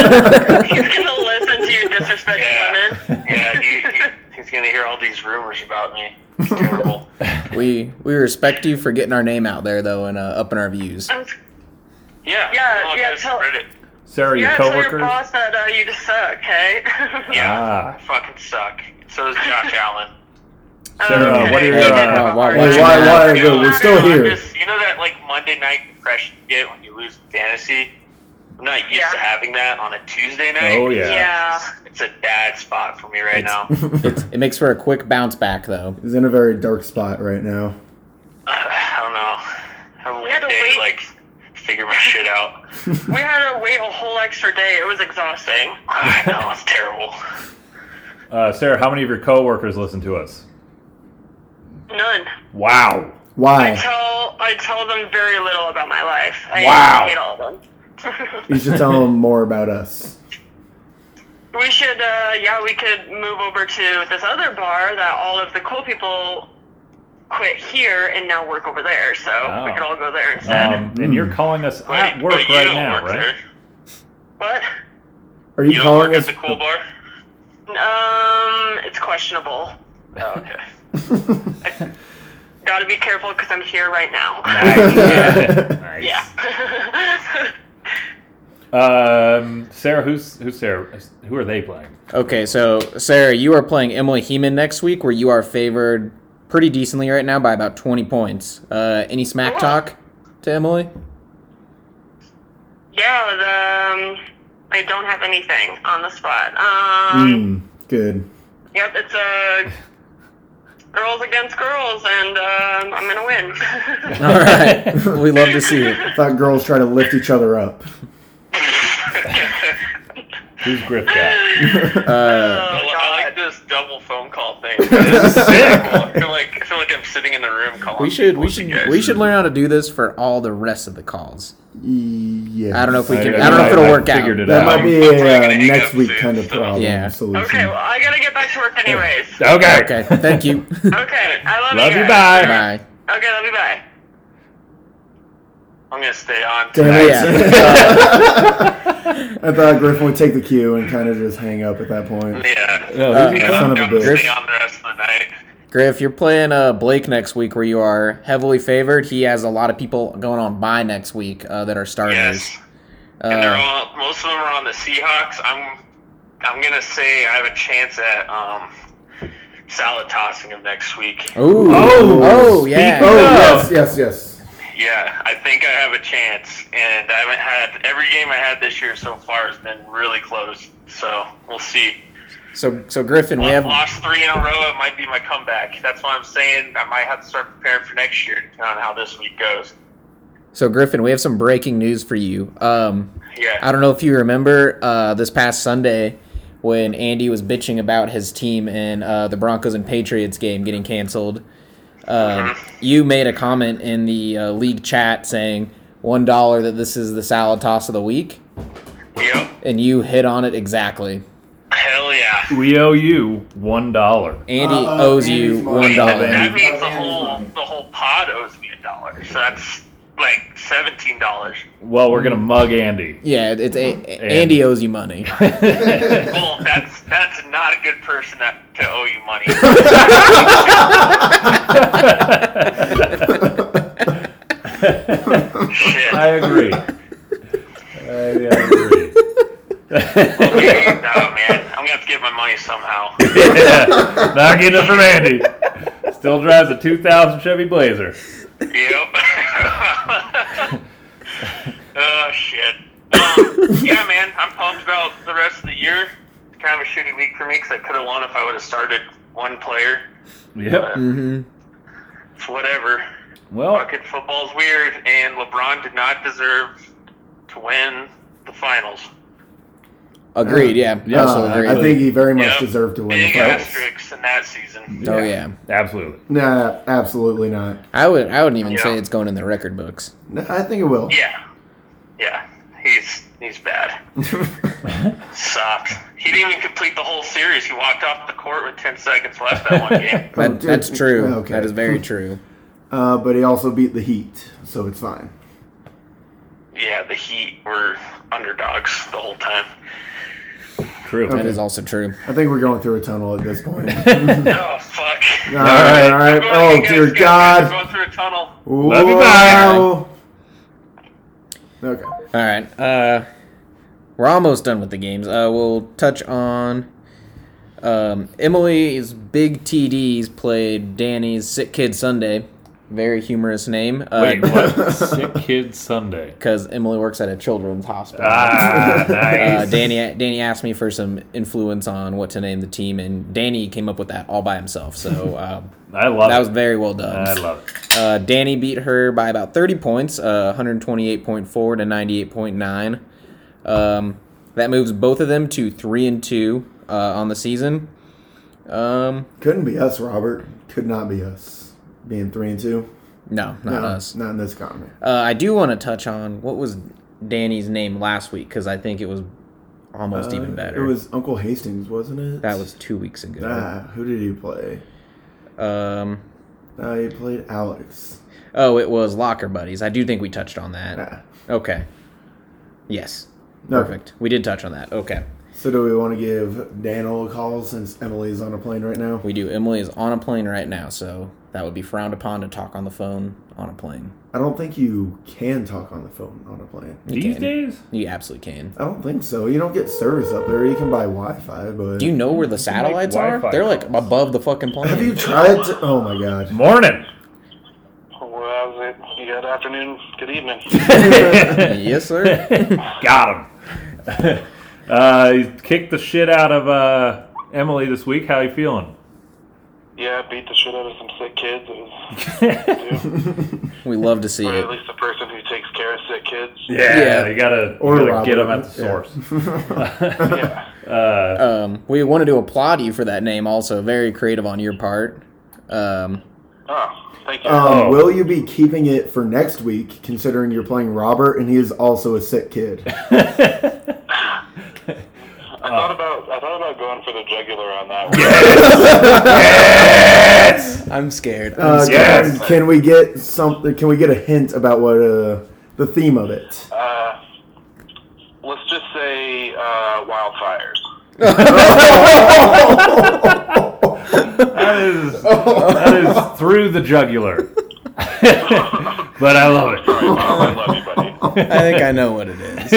Speaker 6: gonna listen to you disrespecting yeah. women. Yeah, he, he, he's gonna hear all these rumors about me. It's terrible.
Speaker 2: We we respect you for getting our name out there though and uh, upping our views.
Speaker 6: Yeah. Yeah.
Speaker 9: yeah, tell-
Speaker 6: Spread it.
Speaker 3: Sarah, your
Speaker 9: Yeah, tell your
Speaker 3: coworkers.
Speaker 9: boss that uh, you just suck, hey?
Speaker 6: Yeah.
Speaker 3: Ah.
Speaker 6: I fucking suck. So does Josh Allen.
Speaker 3: Sarah,
Speaker 6: Okay.
Speaker 3: what are your
Speaker 2: Oh,
Speaker 3: uh,
Speaker 2: wow, wow,
Speaker 1: Wait,
Speaker 2: wow.
Speaker 1: why, why? Go, we're still here.
Speaker 6: Just- you know that like Monday night depression you get when you lose in fantasy. I'm not used
Speaker 9: Yeah.
Speaker 6: to having that on a Tuesday night.
Speaker 3: Oh yeah.
Speaker 9: yeah.
Speaker 6: It's a bad spot for me right now.
Speaker 2: It makes for a quick bounce back though.
Speaker 1: He's in a very dark spot right now.
Speaker 6: I don't know. I have a
Speaker 9: We had to
Speaker 6: day
Speaker 9: wait.
Speaker 6: to like figure my shit out.
Speaker 9: We had to wait a whole extra day. It was exhausting.
Speaker 6: I know it's terrible.
Speaker 3: Uh, Sarah, how many of your coworkers listen to us?
Speaker 9: None.
Speaker 3: Wow.
Speaker 9: I
Speaker 1: Why?
Speaker 9: tell I tell them very little about my life. I
Speaker 3: Wow.
Speaker 9: hate all of them.
Speaker 1: You should tell him more about us.
Speaker 9: we should, uh, yeah, we could move over to this other bar that all of the cool people quit here and now work over there. So we
Speaker 3: Oh.
Speaker 9: could all go there instead.
Speaker 3: Um, and you're calling us at
Speaker 6: But-
Speaker 3: work
Speaker 6: but you
Speaker 3: right
Speaker 6: don't
Speaker 3: now,
Speaker 6: work
Speaker 3: right?
Speaker 6: there.
Speaker 9: what?
Speaker 1: Are you,
Speaker 6: You don't
Speaker 1: calling
Speaker 6: work
Speaker 1: us?
Speaker 6: at the cool bar.
Speaker 9: Um, it's questionable.
Speaker 6: Oh, okay.
Speaker 9: Gotta be careful because I'm here right now.
Speaker 3: Nice.
Speaker 9: Yeah.
Speaker 3: Um, Sarah, who's who's Sarah? Who are they playing?
Speaker 2: Okay, so Sarah, you are playing Emily Heeman next week where you are favored pretty decently right now by about 20 points. Uh, any smack talk to Emily?
Speaker 9: yeah, the, um, I don't have anything on the spot. Um,
Speaker 1: Mm, good.
Speaker 9: Yep, it's uh, girls against girls, and um, I'm gonna win.
Speaker 2: All right. we love to see it.
Speaker 1: Thought girls try to lift each other up.
Speaker 3: Who's Griff got?
Speaker 9: Oh,
Speaker 6: I li- I like this double phone call thing. I feel like I feel like I'm sitting in the room calling.
Speaker 2: We should
Speaker 6: people
Speaker 2: we
Speaker 6: with you
Speaker 2: should
Speaker 6: guys.
Speaker 2: we should learn how to do this for all the rest of the calls.
Speaker 1: Yeah.
Speaker 2: I don't know if we
Speaker 3: I-
Speaker 2: can.
Speaker 3: I-
Speaker 2: I don't know if it'll
Speaker 3: I
Speaker 2: work
Speaker 3: figured
Speaker 2: out.
Speaker 3: it
Speaker 1: That might be a
Speaker 6: probably
Speaker 1: uh,
Speaker 6: gonna hang
Speaker 1: next
Speaker 6: up
Speaker 1: week
Speaker 6: soon,
Speaker 1: kind of
Speaker 6: so-
Speaker 1: problem
Speaker 2: Yeah.
Speaker 1: solution.
Speaker 9: okay, well, I gotta get back to work anyways.
Speaker 3: Okay.
Speaker 2: Okay. Thank you.
Speaker 9: Okay, I love,
Speaker 3: Love you.
Speaker 9: guys.
Speaker 3: Bye.
Speaker 2: Bye.
Speaker 9: Okay, love you. Bye.
Speaker 6: I'm gonna stay on.
Speaker 1: Damn it.
Speaker 2: Yeah.
Speaker 1: I thought Griffin would take the cue and kind of just hang up at that point.
Speaker 6: Yeah.
Speaker 3: No,
Speaker 2: Uh,
Speaker 3: he's-
Speaker 6: yeah,
Speaker 1: Son of a
Speaker 6: I'm
Speaker 1: bitch.
Speaker 6: staying on the rest of the night.
Speaker 2: Griff, you're playing uh, Blake next week where you are heavily favored. He has a lot of people going on by next week uh, that are starters.
Speaker 6: Yes. and they're
Speaker 2: Uh,
Speaker 6: all most of them are on the Seahawks. I'm I'm gonna say I have a chance at um, salad tossing them next week.
Speaker 2: ooh.
Speaker 3: Oh,
Speaker 2: Oh,
Speaker 3: speak
Speaker 2: yeah.
Speaker 3: up.
Speaker 1: Oh,
Speaker 3: No.
Speaker 1: yes, yes, yes.
Speaker 6: Yeah, I think I have a chance, and I haven't had every game I had this year so far has been really close. So we'll see.
Speaker 2: So, so Griffin, we
Speaker 6: Lo-
Speaker 2: have
Speaker 6: lost three in a row. It might be my comeback. That's why I'm saying I might have to start preparing for next year, depending on how this week goes.
Speaker 2: so Griffin, we have some breaking news for you. Um,
Speaker 6: Yeah.
Speaker 2: I don't know if you remember uh, this past Sunday when Andy was bitching about his team and uh, the Broncos and Patriots game getting canceled. Uh, you made a comment in the uh, league chat saying one dollar that this is the salad toss of the week,
Speaker 6: Yep.
Speaker 2: and you hit on it exactly.
Speaker 6: Hell yeah.
Speaker 3: we owe you one dollar.
Speaker 2: Andy
Speaker 1: Uh,
Speaker 2: owes
Speaker 1: Andy's
Speaker 2: you
Speaker 1: mine.
Speaker 2: one
Speaker 6: Yeah, but
Speaker 2: dollar.
Speaker 6: That means the whole the whole pod owes me a dollar. So that's like seventeen dollars.
Speaker 3: Well, we're gonna mug Andy.
Speaker 2: Yeah, it's a- Andy owes you money.
Speaker 6: Well, that's that's not a good person that, to owe you money. Shit.
Speaker 3: I agree. I, uh, agree.
Speaker 6: Okay, no, man. I'm gonna have to get my money somehow.
Speaker 3: yeah, not getting it from Andy. Still drives a 2000 Chevy Blazer.
Speaker 6: Yep. oh shit. Um, yeah, man. I'm pumped about the rest of the year. It's kind of a shitty week for me because I could have won if I would have started one player.
Speaker 3: Yep.
Speaker 2: Mm-hmm.
Speaker 6: It's whatever.
Speaker 3: Well,
Speaker 6: Fucking football's weird, and LeBron did not deserve to win the finals.
Speaker 2: Agreed. Yeah.
Speaker 3: Yeah,
Speaker 2: also
Speaker 1: Uh,
Speaker 2: agreed.
Speaker 1: I think he very much
Speaker 6: Yep.
Speaker 1: deserved to win the
Speaker 6: Big
Speaker 1: finals.
Speaker 6: asterisks in that season.
Speaker 2: oh yeah.
Speaker 3: absolutely.
Speaker 1: Nah, absolutely not.
Speaker 2: I would. I wouldn't even
Speaker 6: Yeah.
Speaker 2: say it's going in the record books.
Speaker 1: Nah, I think it will.
Speaker 6: Yeah, yeah. He's he's bad. Sucks. He didn't even complete the whole series. He walked off the court with ten seconds left that one game.
Speaker 1: Oh,
Speaker 2: That,
Speaker 1: dude,
Speaker 2: that's true.
Speaker 1: okay.
Speaker 2: That is very true.
Speaker 1: Uh, but he also beat the Heat, so it's fine.
Speaker 6: Yeah, the Heat were underdogs the whole time.
Speaker 3: True.
Speaker 2: That is also true.
Speaker 1: I think we're going through a tunnel at this point. all
Speaker 6: oh fuck!
Speaker 1: right, all
Speaker 6: I'm
Speaker 1: right.
Speaker 6: going- you
Speaker 1: Oh
Speaker 6: guys
Speaker 1: dear
Speaker 6: got-
Speaker 1: God.
Speaker 6: Going through a tunnel.
Speaker 1: Love
Speaker 3: you,
Speaker 1: Okay.
Speaker 2: All right. Uh, we're almost done with the games. Uh, we'll touch on um, Emily's big TDs played Danny's Sick Kid Sunday. Very humorous name.
Speaker 3: Wait,
Speaker 2: Uh,
Speaker 3: what? Sick Kid Sunday.
Speaker 2: because Emily works at a children's hospital.
Speaker 3: Ah,
Speaker 2: Uh,
Speaker 3: nice.
Speaker 2: Danny Danny asked me for some influence on what to name the team, and Danny came up with that all by himself. So uh,
Speaker 3: I love
Speaker 2: that
Speaker 3: it.
Speaker 2: was very well done.
Speaker 3: I love it.
Speaker 2: Uh, Danny beat her by about 30 points, uh, 128.4 to 98.9. Um, that moves both of them to three and two uh, on the season. Um,
Speaker 1: Couldn't be us, Robert. Could not be us. Being three and two.
Speaker 2: no, not
Speaker 1: No,
Speaker 2: us.
Speaker 1: Not in this economy.
Speaker 2: Uh, I do want to touch on what was Danny's name last week because I think it was almost
Speaker 1: Uh,
Speaker 2: even better.
Speaker 1: It was Uncle Hastings, wasn't it?
Speaker 2: that was two weeks ago.
Speaker 1: Ah, who did he play? Ah.
Speaker 2: Um,
Speaker 1: Uh, he played Alex.
Speaker 2: oh, it was Locker Buddies. I do think we touched on that.
Speaker 1: Ah.
Speaker 2: Okay. Yes.
Speaker 1: No.
Speaker 2: Perfect. We did touch on that. Okay.
Speaker 1: So do we want to give Daniel a call since Emily's on a plane right now?
Speaker 2: We do. Emily is on a plane right now, so that would be frowned upon to talk on the phone on a plane.
Speaker 1: I don't think you can talk on the phone on a plane.
Speaker 3: These
Speaker 2: can.
Speaker 3: days?
Speaker 2: You absolutely can.
Speaker 1: I don't think so. You don't get service up there. You can buy Wi-Fi, but
Speaker 2: Do you know where the satellites are?
Speaker 3: Wi-Fi
Speaker 2: They're like above the fucking plane.
Speaker 1: have you tried to? Oh my god!
Speaker 3: Morning.
Speaker 5: Well, good afternoon, good evening.
Speaker 2: yes, sir.
Speaker 3: Got him. uh, he kicked the shit out of uh, Emily this week. How you feeling?
Speaker 5: Yeah, I beat the shit out of some sick kids. It was,
Speaker 2: We love to see
Speaker 5: or at
Speaker 2: it.
Speaker 5: least the person who takes care of sick kids.
Speaker 3: Yeah,
Speaker 2: Yeah.
Speaker 3: you gotta,
Speaker 1: Or
Speaker 3: you gotta get them
Speaker 1: Robert.
Speaker 3: at the source.
Speaker 5: Yeah.
Speaker 2: Um, we wanted to applaud you for that name. Also, very creative on your part. Um,
Speaker 5: Oh, thank you.
Speaker 1: Um,
Speaker 3: Oh.
Speaker 1: Will you be keeping it for next week, considering you're playing Robert and he is also a sick kid? Uh,
Speaker 5: I thought about I thought about going for the jugular on that one.
Speaker 2: I'm scared. I'm
Speaker 1: Uh,
Speaker 2: scared.
Speaker 3: Yes.
Speaker 1: can, can we get something? Can we get a hint about what uh, the theme of it?
Speaker 5: Uh, let's just say
Speaker 8: about uh, wildfires.
Speaker 3: That is
Speaker 1: Oh.
Speaker 3: that is through the jugular. but I love it.
Speaker 8: Sorry, Bob, I love you,
Speaker 5: Oh,
Speaker 8: buddy.
Speaker 2: I think I know what it is.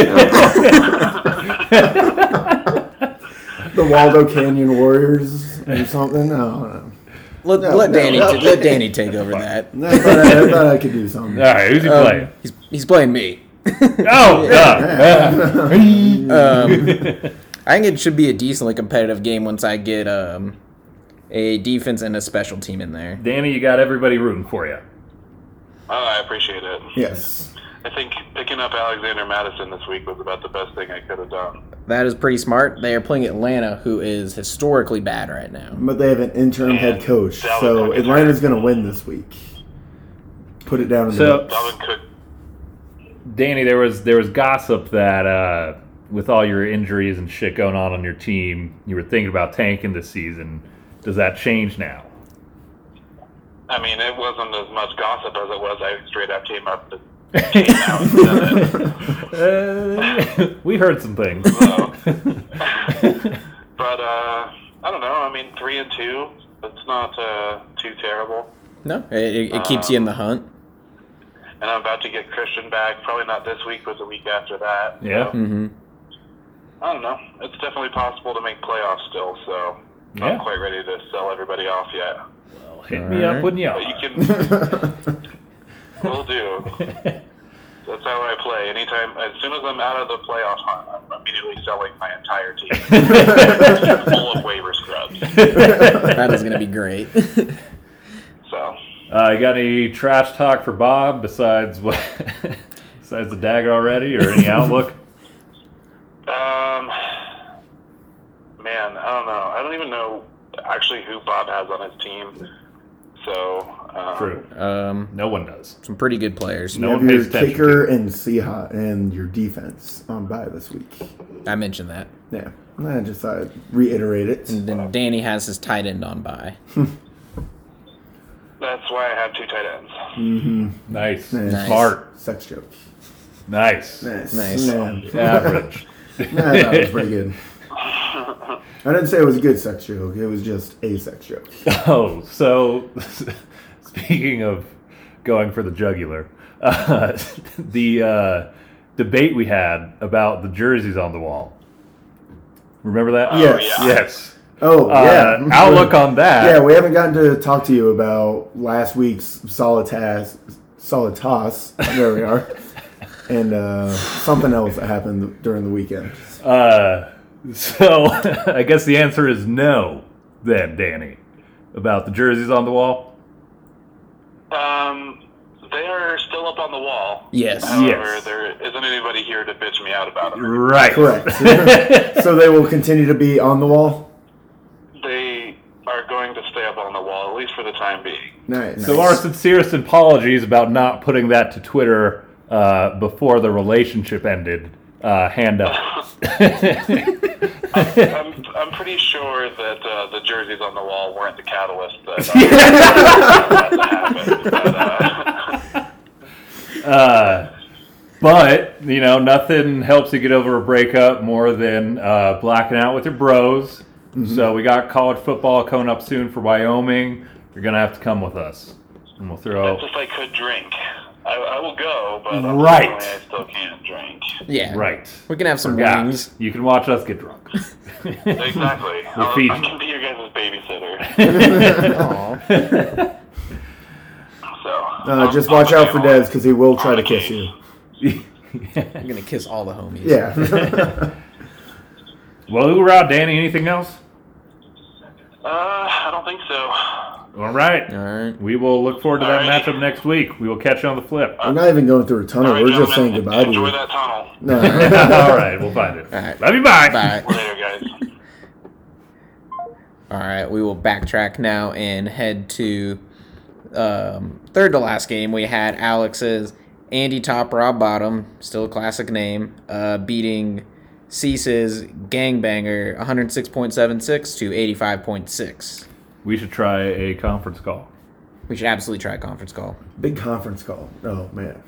Speaker 1: The Waldo Canyon Warriors or something. I don't know.
Speaker 2: Let,
Speaker 1: No,
Speaker 2: let
Speaker 1: no,
Speaker 2: Danny
Speaker 1: no.
Speaker 2: t- let Danny take over that.
Speaker 1: No, I thought I, I thought I could do something.
Speaker 3: All right, who's he
Speaker 2: Um,
Speaker 3: playing?
Speaker 2: he's he's playing me.
Speaker 3: Oh, Uh,
Speaker 2: I think it should be a decently competitive game once I get um, a defense and a special team in there.
Speaker 3: Danny, you got everybody rooting for you.
Speaker 8: Oh, I appreciate it.
Speaker 1: Yes.
Speaker 8: I think picking up Alexander Madison this week was about the best thing I could have done.
Speaker 2: That is pretty smart. They are playing Atlanta, who is historically bad right now.
Speaker 1: But they have an interim head coach,
Speaker 8: Dalvin
Speaker 1: so
Speaker 8: Cook is
Speaker 1: Atlanta's going to win this week. Put it down. In
Speaker 3: So-
Speaker 1: the
Speaker 8: Dalvin Cook,
Speaker 3: Danny, there was there was gossip that uh, with all your injuries and shit going on on your team, you were thinking about tanking this season. Does that change now?
Speaker 8: I mean, it wasn't as much gossip as it was. I straight up came up to came out and said it.
Speaker 3: Uh, we heard some things.
Speaker 8: So, but uh, I don't know. I mean, three and two. It's not uh, too terrible.
Speaker 2: No, it, it, it keeps you in the hunt.
Speaker 8: And I'm about to get Christian back. Probably not this week, but the week after that.
Speaker 3: Yeah,
Speaker 2: hmm
Speaker 8: I don't know. It's definitely possible to make playoffs still. So
Speaker 3: Yeah.
Speaker 8: not quite ready to sell everybody off yet.
Speaker 3: hit me up when you
Speaker 8: But you
Speaker 3: are.
Speaker 8: can.
Speaker 1: middle.
Speaker 8: Will do. That's how I play. Anytime, as soon as I'm out of the playoff hunt, I'm immediately selling my entire team, full of waiver scrubs.
Speaker 2: That is going to be great.
Speaker 8: So,
Speaker 3: Uh, you got any trash talk for Bob besides what besides the dagger already, or any outlook?
Speaker 8: um, man, I don't know. I don't even know actually who Bob has on his team. So, um,
Speaker 3: True.
Speaker 2: um,
Speaker 3: No one does.
Speaker 2: some pretty good players.
Speaker 3: No
Speaker 1: You have
Speaker 3: one
Speaker 1: your
Speaker 3: pays attention.
Speaker 1: kicker and Seahawk and your defense on bye this week.
Speaker 2: I mentioned that.
Speaker 1: Yeah, I just thought I'd reiterate it.
Speaker 3: Mm.
Speaker 2: And then Danny has his tight end on by.
Speaker 8: That's why I have two tight ends.
Speaker 3: Nice.
Speaker 1: Nice.
Speaker 3: Smart.
Speaker 1: Sex joke.
Speaker 3: Nice.
Speaker 1: Nice.
Speaker 2: Nice.
Speaker 1: Yeah,
Speaker 3: Average.
Speaker 1: Yeah, that was pretty good. I didn't say it was a good sex joke. It was just a sex joke.
Speaker 3: Oh, so speaking of going for the jugular, uh, the uh, debate we had about the jerseys on the wall. Remember that?
Speaker 1: Yes.
Speaker 8: yeah.
Speaker 3: Yes.
Speaker 1: Oh
Speaker 3: Uh,
Speaker 1: yeah.
Speaker 3: Outlook on that.
Speaker 1: Yeah, we haven't gotten to talk to you about last week's solid task, solid toss. There we are, and uh, something else that happened during the weekend.
Speaker 3: Uh, so I guess the answer is no, then, Danny, about the jerseys on the wall.
Speaker 8: Um, they are still up on the wall.
Speaker 2: Yes.
Speaker 8: However,
Speaker 3: Yes.
Speaker 8: there isn't anybody here to bitch me out about them.
Speaker 3: Right.
Speaker 1: Correct. so they will continue to be on the wall.
Speaker 8: They are going to stay up on the wall, at least for the time being.
Speaker 1: Nice.
Speaker 3: So our sincerest apologies about not putting that to Twitter uh, before the relationship ended. Uh, hand up.
Speaker 8: I'm, I'm pretty sure that uh, the jerseys on the wall weren't the catalyst that, uh, happened. But, uh,
Speaker 3: Uh, but you know, nothing helps you get over a breakup more than uh, blacking out with your bros.
Speaker 8: Mm-hmm.
Speaker 3: So we got college football coming up soon for Wyoming. You're gonna have to come with us, and we'll throw.
Speaker 8: it's just I could drink. I, I will go, but
Speaker 3: Right.
Speaker 8: unfortunately I still can't drink.
Speaker 2: Yeah.
Speaker 3: Right.
Speaker 2: We can have some
Speaker 3: Yeah.
Speaker 2: wings.
Speaker 3: You can watch us get drunk.
Speaker 8: Exactly. I'll,
Speaker 3: feed
Speaker 8: I
Speaker 3: you.
Speaker 8: can be your guys' babysitter. So
Speaker 1: Uh,
Speaker 8: I'm-
Speaker 1: just
Speaker 8: I'm
Speaker 1: watch out for Dez
Speaker 8: available.
Speaker 1: because he will try to
Speaker 8: Okay.
Speaker 1: kiss you.
Speaker 2: I'm going to kiss all the homies.
Speaker 1: Yeah.
Speaker 3: well, hoorah, Danny. Anything else?
Speaker 8: Uh, I don't think so.
Speaker 3: All right.
Speaker 2: All right.
Speaker 3: We will look forward to that
Speaker 8: All right.
Speaker 3: matchup next week. We will catch you on the flip.
Speaker 1: We're not even going through a tunnel.
Speaker 8: All right,
Speaker 1: We're just saying
Speaker 8: gentlemen,
Speaker 1: goodbye to
Speaker 8: Enjoy
Speaker 1: you.
Speaker 8: that tunnel.
Speaker 1: No.
Speaker 3: All right, we'll find it.
Speaker 2: All right.
Speaker 3: Love you. Bye.
Speaker 2: Bye.
Speaker 8: Later, guys.
Speaker 2: All right, we will backtrack now and head to um, third to last game. We had Alex's Andy Top Rob Bottom, still a classic name, uh, beating Cease's Gangbanger 106.76 to 85.6.
Speaker 3: We should try a conference call.
Speaker 2: We should absolutely try a conference call.
Speaker 1: Big conference call. Oh man.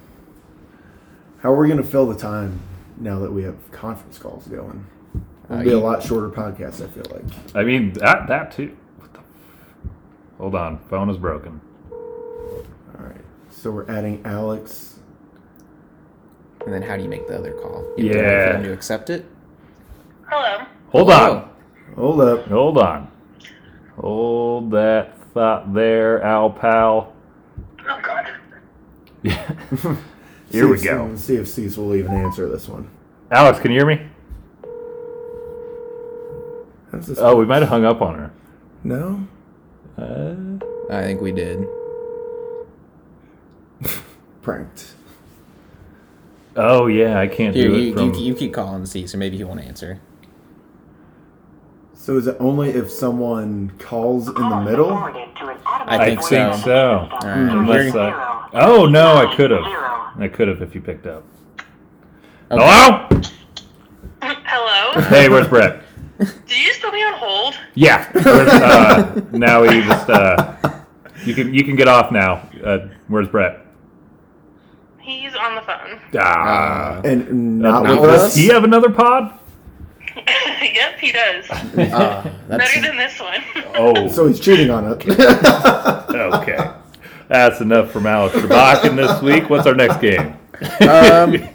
Speaker 1: How are we gonna fill the time now that we have conference calls going? It'll be a lot shorter podcast, I feel like.
Speaker 3: I mean that that too. What the f- Hold on, phone is broken.
Speaker 1: All right. So we're adding Alex.
Speaker 2: And then how do you make the other call? You have to wait
Speaker 3: Yeah.
Speaker 2: for them to accept it.
Speaker 9: Hello.
Speaker 3: Hold
Speaker 2: Oh.
Speaker 3: on,
Speaker 1: Hold up.
Speaker 3: hold on, hold that thought there, Al Pal.
Speaker 9: Oh God.
Speaker 3: Here we
Speaker 1: if-
Speaker 3: go.
Speaker 1: See if Cecil will even answer this one.
Speaker 3: Alex, can you hear me?
Speaker 1: How's this
Speaker 3: Oh, we might have hung up on her.
Speaker 1: No?
Speaker 3: Uh,
Speaker 2: I think we did.
Speaker 1: Pranked.
Speaker 3: oh yeah, I can't
Speaker 2: Here,
Speaker 3: do it
Speaker 2: you,
Speaker 3: from.
Speaker 2: you, you keep calling and see, so maybe he won't answer.
Speaker 1: So is it only if someone calls in the middle?
Speaker 2: I think
Speaker 3: I
Speaker 2: so.
Speaker 3: think so. Mm,
Speaker 2: All right.
Speaker 3: Unless
Speaker 2: Here-
Speaker 3: I, oh no, I could have. I could have if you picked up.
Speaker 2: Okay.
Speaker 3: Hello.
Speaker 2: uh,
Speaker 9: Hello.
Speaker 3: Hey, where's Brett?
Speaker 9: Did you just put me on hold?
Speaker 3: Yeah. Where's, uh, now we just uh, you can you can get off now. Uh, where's Brett?
Speaker 9: He's on the phone.
Speaker 2: Uh,
Speaker 3: Ah.
Speaker 1: And not
Speaker 2: Not
Speaker 1: with
Speaker 2: with
Speaker 1: us?
Speaker 3: Does he have another pod?
Speaker 9: yep, he
Speaker 3: Uh,
Speaker 9: does.
Speaker 2: Ah, that's
Speaker 9: Better than this one.
Speaker 3: Oh,
Speaker 1: So he's cheating on it.
Speaker 3: okay. That's enough from Alex Sherbakin this week. What's our next game?
Speaker 2: um,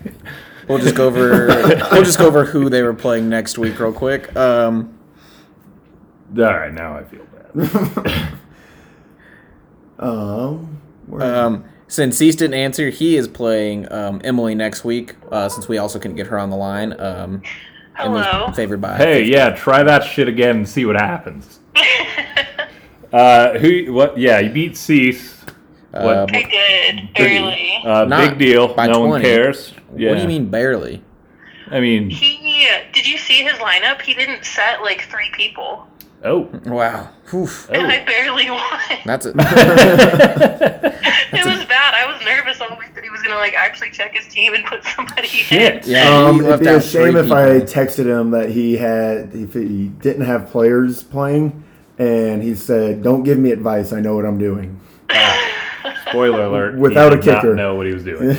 Speaker 2: we'll just go over we'll just go over who they were playing next week real quick. Um,
Speaker 3: All right, now I feel bad.
Speaker 1: um, where-
Speaker 2: um, since Cease didn't answer, he is playing um, Emily next week. Uh, since we also couldn't get her on the line, um, Emily's
Speaker 9: Hello.
Speaker 2: favored by
Speaker 3: Hey, yeah, try that shit again and see what happens. Uh, who? What? Yeah, you beat Cease. What?
Speaker 2: Uh,
Speaker 9: I did barely.
Speaker 3: Uh,
Speaker 2: Not
Speaker 3: big deal.
Speaker 2: by
Speaker 3: no one
Speaker 2: 20.
Speaker 3: cares. Yeah.
Speaker 2: What do you mean barely?
Speaker 3: I mean,
Speaker 9: He did you see his lineup? He didn't set like three people,
Speaker 3: oh,
Speaker 2: Wow, Oof.
Speaker 3: oh.
Speaker 9: and I barely won.
Speaker 2: that's it.
Speaker 1: Um,
Speaker 9: it was bad. I was nervous all week that he was gonna like actually check his team and put somebody in.
Speaker 3: Shit.
Speaker 2: Yeah,
Speaker 1: Um,
Speaker 2: he
Speaker 1: it'd
Speaker 2: left
Speaker 1: be
Speaker 2: out
Speaker 1: a shame
Speaker 2: three
Speaker 1: if I
Speaker 2: people.
Speaker 1: texted him that he had if he didn't have players playing, and he said, "Don't give me advice. I know what I'm doing."
Speaker 3: Spoiler alert.
Speaker 1: Without
Speaker 3: he
Speaker 1: a
Speaker 3: did Not
Speaker 1: kicker.
Speaker 3: know what he was doing.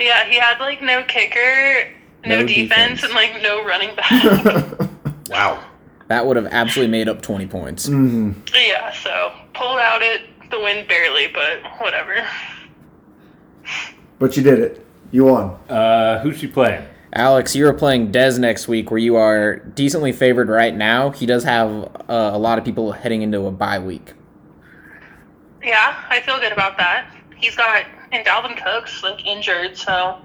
Speaker 9: Yeah, he had like no kicker, no,
Speaker 2: No
Speaker 9: defense,
Speaker 2: defense.
Speaker 9: and like no running back.
Speaker 3: wow.
Speaker 2: That would have absolutely made up twenty points.
Speaker 1: Mm.
Speaker 9: yeah, so pulled out it the win barely, but whatever.
Speaker 1: But you did it. You won.
Speaker 3: Uh, who's she playing?
Speaker 2: Alex, you are playing Dez next week, where you are decently favored right now. He does have uh, a lot of people heading into a bye week.
Speaker 9: Yeah, I feel good about that. He's got and Dalvin Cook's like injured, so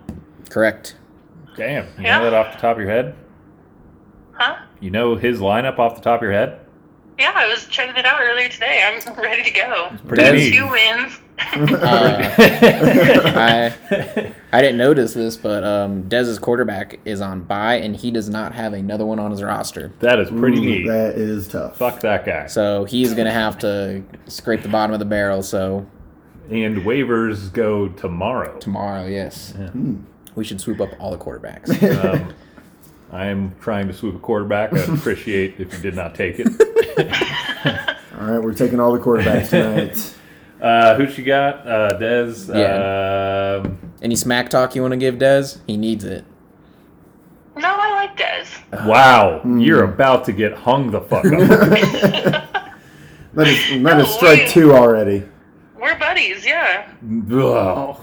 Speaker 2: Correct.
Speaker 3: Damn. You
Speaker 9: Yeah.
Speaker 3: know that off the top of your head?
Speaker 9: huh?
Speaker 3: You know his lineup off the top of your head?
Speaker 9: Yeah, I was checking it out earlier today. I'm ready to go.
Speaker 3: pretty
Speaker 9: Two
Speaker 3: neat.
Speaker 9: wins.
Speaker 2: Uh, I I didn't notice this, but um, Dez's quarterback is on bye, and he does not have another one on his roster.
Speaker 3: That is pretty
Speaker 1: Ooh,
Speaker 3: neat.
Speaker 1: That is tough.
Speaker 3: Fuck that guy.
Speaker 2: So he's gonna have to scrape the bottom of the barrel. So
Speaker 3: And waivers go tomorrow.
Speaker 2: tomorrow, yes, we should swoop up all the quarterbacks.
Speaker 3: Um, I am trying to swoop a quarterback. I'd appreciate if you did not take it.
Speaker 1: All right, we're taking all the quarterbacks tonight.
Speaker 3: Uh, who she got? Uh, Dez.
Speaker 2: Yeah.
Speaker 3: Um,
Speaker 2: Any smack talk you want to give Dez? He needs it.
Speaker 9: No, I like Dez.
Speaker 3: Wow, you're
Speaker 1: Hmm.
Speaker 3: about to get hung the fuck up.
Speaker 1: that is that is
Speaker 9: No
Speaker 1: strike
Speaker 9: way.
Speaker 1: two already.
Speaker 9: We're buddies, yeah.
Speaker 3: Ugh.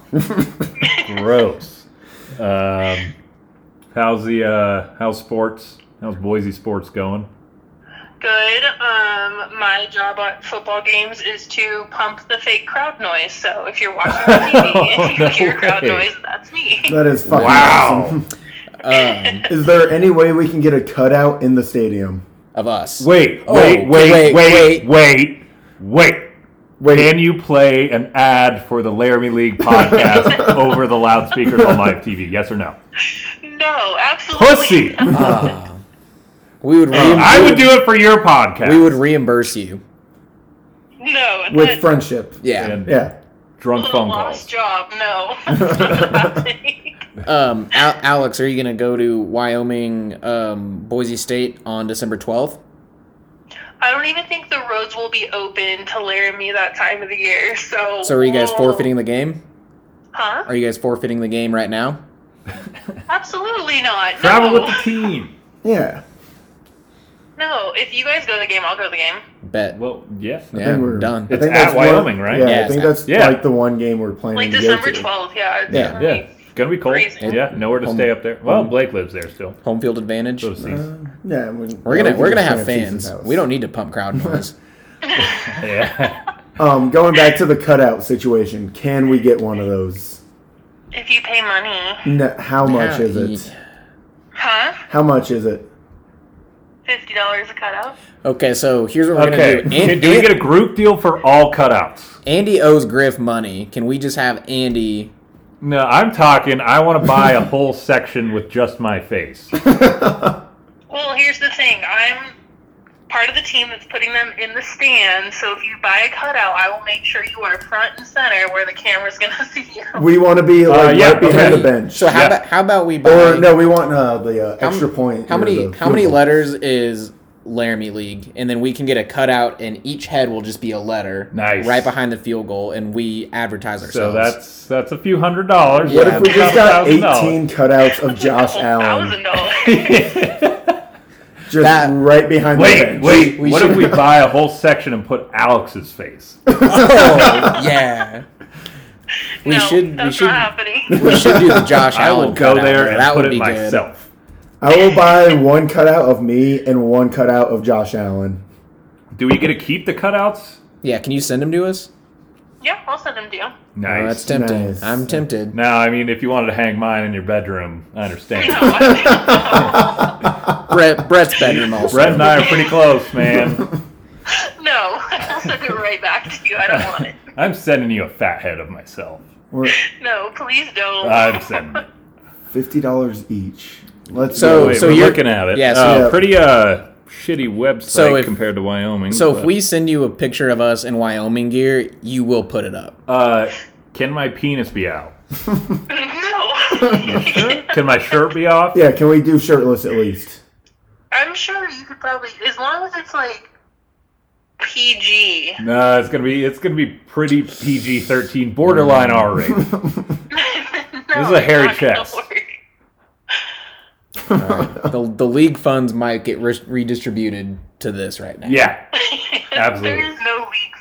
Speaker 3: Gross. Um, how's the uh, how's sports? How's Boise sports going?
Speaker 9: Good. Um, my job at football games is to pump the fake crowd noise. So if you're watching TV and you
Speaker 3: No
Speaker 9: hear crowd
Speaker 3: way.
Speaker 9: noise, that's me.
Speaker 1: That is fucking awesome.
Speaker 2: Um,
Speaker 1: Is there any way we can get a cutout in the stadium?
Speaker 2: of us.
Speaker 3: Wait,
Speaker 2: Oh,
Speaker 3: wait, wait,
Speaker 2: wait,
Speaker 3: wait, wait, wait.
Speaker 1: Wait.
Speaker 3: Can you play an ad for the Laramie League podcast over the loudspeakers on live TV? Yes or no?
Speaker 9: No, absolutely.
Speaker 3: Pussy!
Speaker 2: Ah. we would. Re-
Speaker 3: Oh, I would do it for your podcast.
Speaker 2: We would reimburse you.
Speaker 3: Uh,
Speaker 9: No.
Speaker 1: With
Speaker 9: that's
Speaker 1: friendship.
Speaker 2: Yeah.
Speaker 3: And
Speaker 1: Yeah.
Speaker 9: a
Speaker 3: drunk phone
Speaker 9: lost
Speaker 3: calls.
Speaker 9: job. No. That's not happening.
Speaker 2: Um, Al- Alex, are you gonna go to Wyoming, um, Boise State on December twelfth?
Speaker 9: I don't even think the roads will be open to Laramie that time of the year. So.
Speaker 2: So are you guys
Speaker 9: we'll-
Speaker 2: forfeiting the game?
Speaker 9: Huh?
Speaker 2: Are you guys forfeiting the game right now?
Speaker 9: Absolutely not.
Speaker 3: Travel
Speaker 9: no.
Speaker 3: with the team.
Speaker 1: Yeah.
Speaker 9: if you guys go to the game, I'll go to the game.
Speaker 2: Bet.
Speaker 3: Well, yes.
Speaker 1: I
Speaker 2: Yeah,
Speaker 1: think we're
Speaker 2: done.
Speaker 1: I
Speaker 3: It's
Speaker 1: think
Speaker 3: at
Speaker 1: that's one-
Speaker 3: Wyoming, right?
Speaker 1: Yeah,
Speaker 2: Yeah,
Speaker 1: I think
Speaker 2: it's
Speaker 1: that's
Speaker 3: at- yeah.
Speaker 1: like the one game we're planning.
Speaker 9: Like
Speaker 1: to
Speaker 9: December
Speaker 1: go to.
Speaker 9: 12th, yeah. it's
Speaker 1: Yeah.
Speaker 9: gonna
Speaker 3: Yeah.
Speaker 9: be-
Speaker 3: It's gonna be cold.
Speaker 9: Crazy.
Speaker 3: Yeah. Nowhere to
Speaker 2: Home-
Speaker 3: stay up there. Well, Blake lives there still.
Speaker 2: Home field advantage.
Speaker 3: So does these.
Speaker 1: Yeah, we,
Speaker 2: We're gonna we're gonna have
Speaker 1: Francis's
Speaker 2: fans.
Speaker 1: house.
Speaker 2: We don't need to pump crowd noise.
Speaker 3: yeah.
Speaker 1: Um, going back to the cutout situation, can we get one of those?
Speaker 9: If you pay money,
Speaker 1: No, how much
Speaker 2: Yeah.
Speaker 1: is it?
Speaker 9: huh?
Speaker 1: How much is it?
Speaker 9: Fifty dollars a cutout.
Speaker 2: Okay, so here's what we're
Speaker 3: Okay.
Speaker 2: gonna do. An-
Speaker 3: Can- do we get a group deal for all cutouts?
Speaker 2: Andy owes Griff money. Can we just have Andy?
Speaker 3: No, I'm talking. I want to buy a whole section with just my face.
Speaker 9: Well, here's the thing. I'm part of the team that's putting them in the stand. So if you buy a cutout, I will make sure you are front and center where the camera's gonna see you.
Speaker 1: We want to be like
Speaker 3: Uh, yeah,
Speaker 1: right behind
Speaker 3: okay.
Speaker 1: the bench,
Speaker 2: So how
Speaker 3: Yeah.
Speaker 2: about how about we buy?
Speaker 1: or no, we want uh, the uh,
Speaker 2: how m-
Speaker 1: extra point.
Speaker 2: How
Speaker 1: or
Speaker 2: many
Speaker 1: the
Speaker 2: how many
Speaker 1: field goal.
Speaker 2: letters is Laramie League? And then we can get a cutout, and each head will just be a letter.
Speaker 3: Nice.
Speaker 2: Right behind the field goal, and we advertise
Speaker 3: So
Speaker 2: ourselves.
Speaker 3: that's that's a few hundred dollars.
Speaker 2: What
Speaker 1: If we
Speaker 3: That's
Speaker 1: just
Speaker 3: a
Speaker 1: got
Speaker 3: thousand dollars.
Speaker 1: 18 cutouts of Josh Allen
Speaker 9: Thousand dollars.
Speaker 1: just
Speaker 2: That-
Speaker 1: right behind the
Speaker 3: Wait,
Speaker 1: bench.
Speaker 3: wait.
Speaker 2: We
Speaker 3: what
Speaker 2: should-
Speaker 3: if we buy a whole section and put Alex's face?
Speaker 2: oh, yeah. We
Speaker 9: no,
Speaker 2: should we
Speaker 9: That's
Speaker 2: should
Speaker 9: not happening.
Speaker 2: we should do the Josh
Speaker 3: I
Speaker 2: Allen.
Speaker 3: would go
Speaker 2: cutout.
Speaker 3: there and
Speaker 2: that
Speaker 3: put
Speaker 2: would
Speaker 3: it
Speaker 2: be good.
Speaker 3: myself.
Speaker 1: I will buy one cutout of me and one cutout of Josh Allen.
Speaker 3: Do we get to keep the cutouts?
Speaker 2: Yeah, can you send them to us?
Speaker 9: yeah, I'll send them to you.
Speaker 3: Nice.
Speaker 2: Oh, that's tempting.
Speaker 1: Nice.
Speaker 2: I'm tempted.
Speaker 3: Now, I mean, if you wanted to hang mine in your bedroom, I understand.
Speaker 2: Brett Brett's bedroom also.
Speaker 3: Brett and I are pretty close, man.
Speaker 9: No, I'll send it right back to you. I don't want it.
Speaker 3: I'm sending you a fat head of myself.
Speaker 1: We're
Speaker 9: No, please don't.
Speaker 3: I'm sending it.
Speaker 1: fifty dollars each. Let's
Speaker 2: So-
Speaker 1: go.
Speaker 3: Wait,
Speaker 2: so
Speaker 3: we're
Speaker 2: you're-
Speaker 3: looking at it.
Speaker 2: yeah, so-
Speaker 3: Uh,
Speaker 1: Yeah.
Speaker 3: pretty uh shitty website
Speaker 2: So if-
Speaker 3: compared to Wyoming.
Speaker 2: So if
Speaker 3: but-
Speaker 2: we send you a picture of us in Wyoming gear, you will put it up.
Speaker 3: uh, can my penis be out?
Speaker 9: no.
Speaker 3: Can my shirt be off?
Speaker 1: yeah, can we do shirtless at least?
Speaker 9: I'm sure you could probably, as long as it's like PG.
Speaker 3: No, it's gonna be it's gonna be pretty PG thirteen,
Speaker 2: Mm.
Speaker 3: borderline R rated.
Speaker 9: this
Speaker 3: is a hairy chest.
Speaker 2: the, the league funds might get re- redistributed to this right now.
Speaker 3: Yeah, Absolutely.
Speaker 9: There's no weak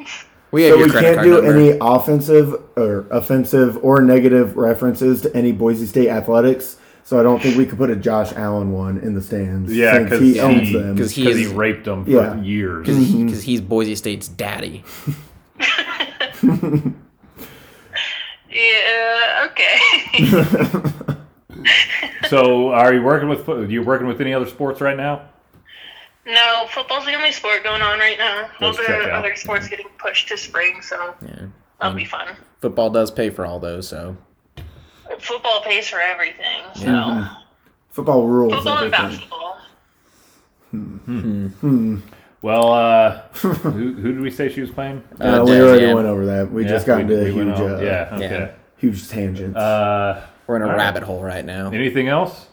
Speaker 9: funds.
Speaker 2: we have
Speaker 1: So
Speaker 2: your
Speaker 1: we
Speaker 2: credit
Speaker 1: can't
Speaker 2: card
Speaker 1: do
Speaker 2: number.
Speaker 1: any offensive or offensive or negative references to any Boise State athletics. So I don't think we could put a Josh Allen one in the stands.
Speaker 3: Yeah,
Speaker 1: since
Speaker 3: 'cause
Speaker 1: he
Speaker 3: he-
Speaker 1: owns them.
Speaker 2: 'cause he
Speaker 3: because he
Speaker 2: is-
Speaker 3: raped them for
Speaker 1: Yeah.
Speaker 3: years.
Speaker 2: because he's Boise State's daddy.
Speaker 9: Yeah, okay.
Speaker 3: So, are you working with fo- you working with any other sports right now?
Speaker 9: no, football's the only sport going on right now. Those
Speaker 3: Let's check
Speaker 9: are
Speaker 3: out.
Speaker 9: other sports getting pushed to spring, so
Speaker 2: Yeah. um,
Speaker 9: that'll be fun.
Speaker 2: Football does pay for all those, so
Speaker 9: Football pays for everything, so.
Speaker 1: Football rules.
Speaker 9: Football and
Speaker 1: everything.
Speaker 9: basketball.
Speaker 3: Well, uh, who, who did we say she was playing?
Speaker 1: Uh,
Speaker 2: Uh,
Speaker 1: we
Speaker 2: Dez,
Speaker 1: already
Speaker 2: yeah.
Speaker 1: went over that. We
Speaker 3: Yeah,
Speaker 1: just got into
Speaker 3: we
Speaker 1: huge,
Speaker 3: went on.
Speaker 1: uh,
Speaker 3: yeah,
Speaker 2: yeah.
Speaker 3: okay.
Speaker 1: huge tangents.
Speaker 3: Uh,
Speaker 2: we're in a
Speaker 3: All right.
Speaker 2: rabbit hole right now.
Speaker 3: anything else?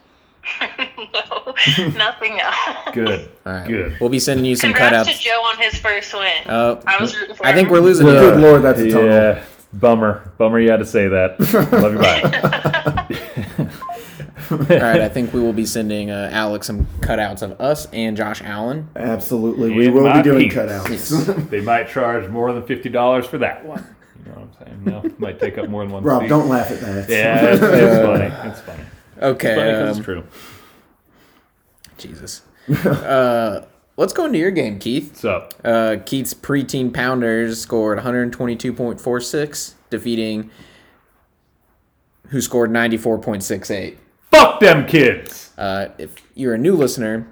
Speaker 9: no, nothing else.
Speaker 3: Good.
Speaker 2: All right,
Speaker 3: Good.
Speaker 2: we'll be sending you some
Speaker 9: Congrats to
Speaker 2: cutouts.
Speaker 9: Joe on his first win.
Speaker 2: Uh,
Speaker 9: I was rooting for
Speaker 2: I think
Speaker 9: him.
Speaker 2: we're losing.
Speaker 1: Well,
Speaker 2: to-
Speaker 1: good lord, that's a tunnel.
Speaker 3: Yeah, bummer. Bummer you had to say that. Love you, bye.
Speaker 2: All right, I think we will be sending uh, Alex some cutouts of us and Josh Allen.
Speaker 1: Absolutely, we
Speaker 3: And
Speaker 1: will
Speaker 3: my
Speaker 1: be doing
Speaker 3: penis.
Speaker 1: cutouts.
Speaker 3: they might charge more than fifty dollars for that one. You know what I'm saying? No, it might take up more than one.
Speaker 1: Rob,
Speaker 3: seat.
Speaker 1: don't laugh at that.
Speaker 3: Yeah, it's, it's funny. It's funny. Funny
Speaker 2: Okay,
Speaker 3: 'cause
Speaker 2: um,
Speaker 3: it's true.
Speaker 2: Jesus. uh, let's go into your game, Keith.
Speaker 3: So
Speaker 2: Uh, Keith's preteen pounders scored 122.46, defeating who scored 94.68.
Speaker 3: fuck them kids.
Speaker 2: Uh, if you're a new listener,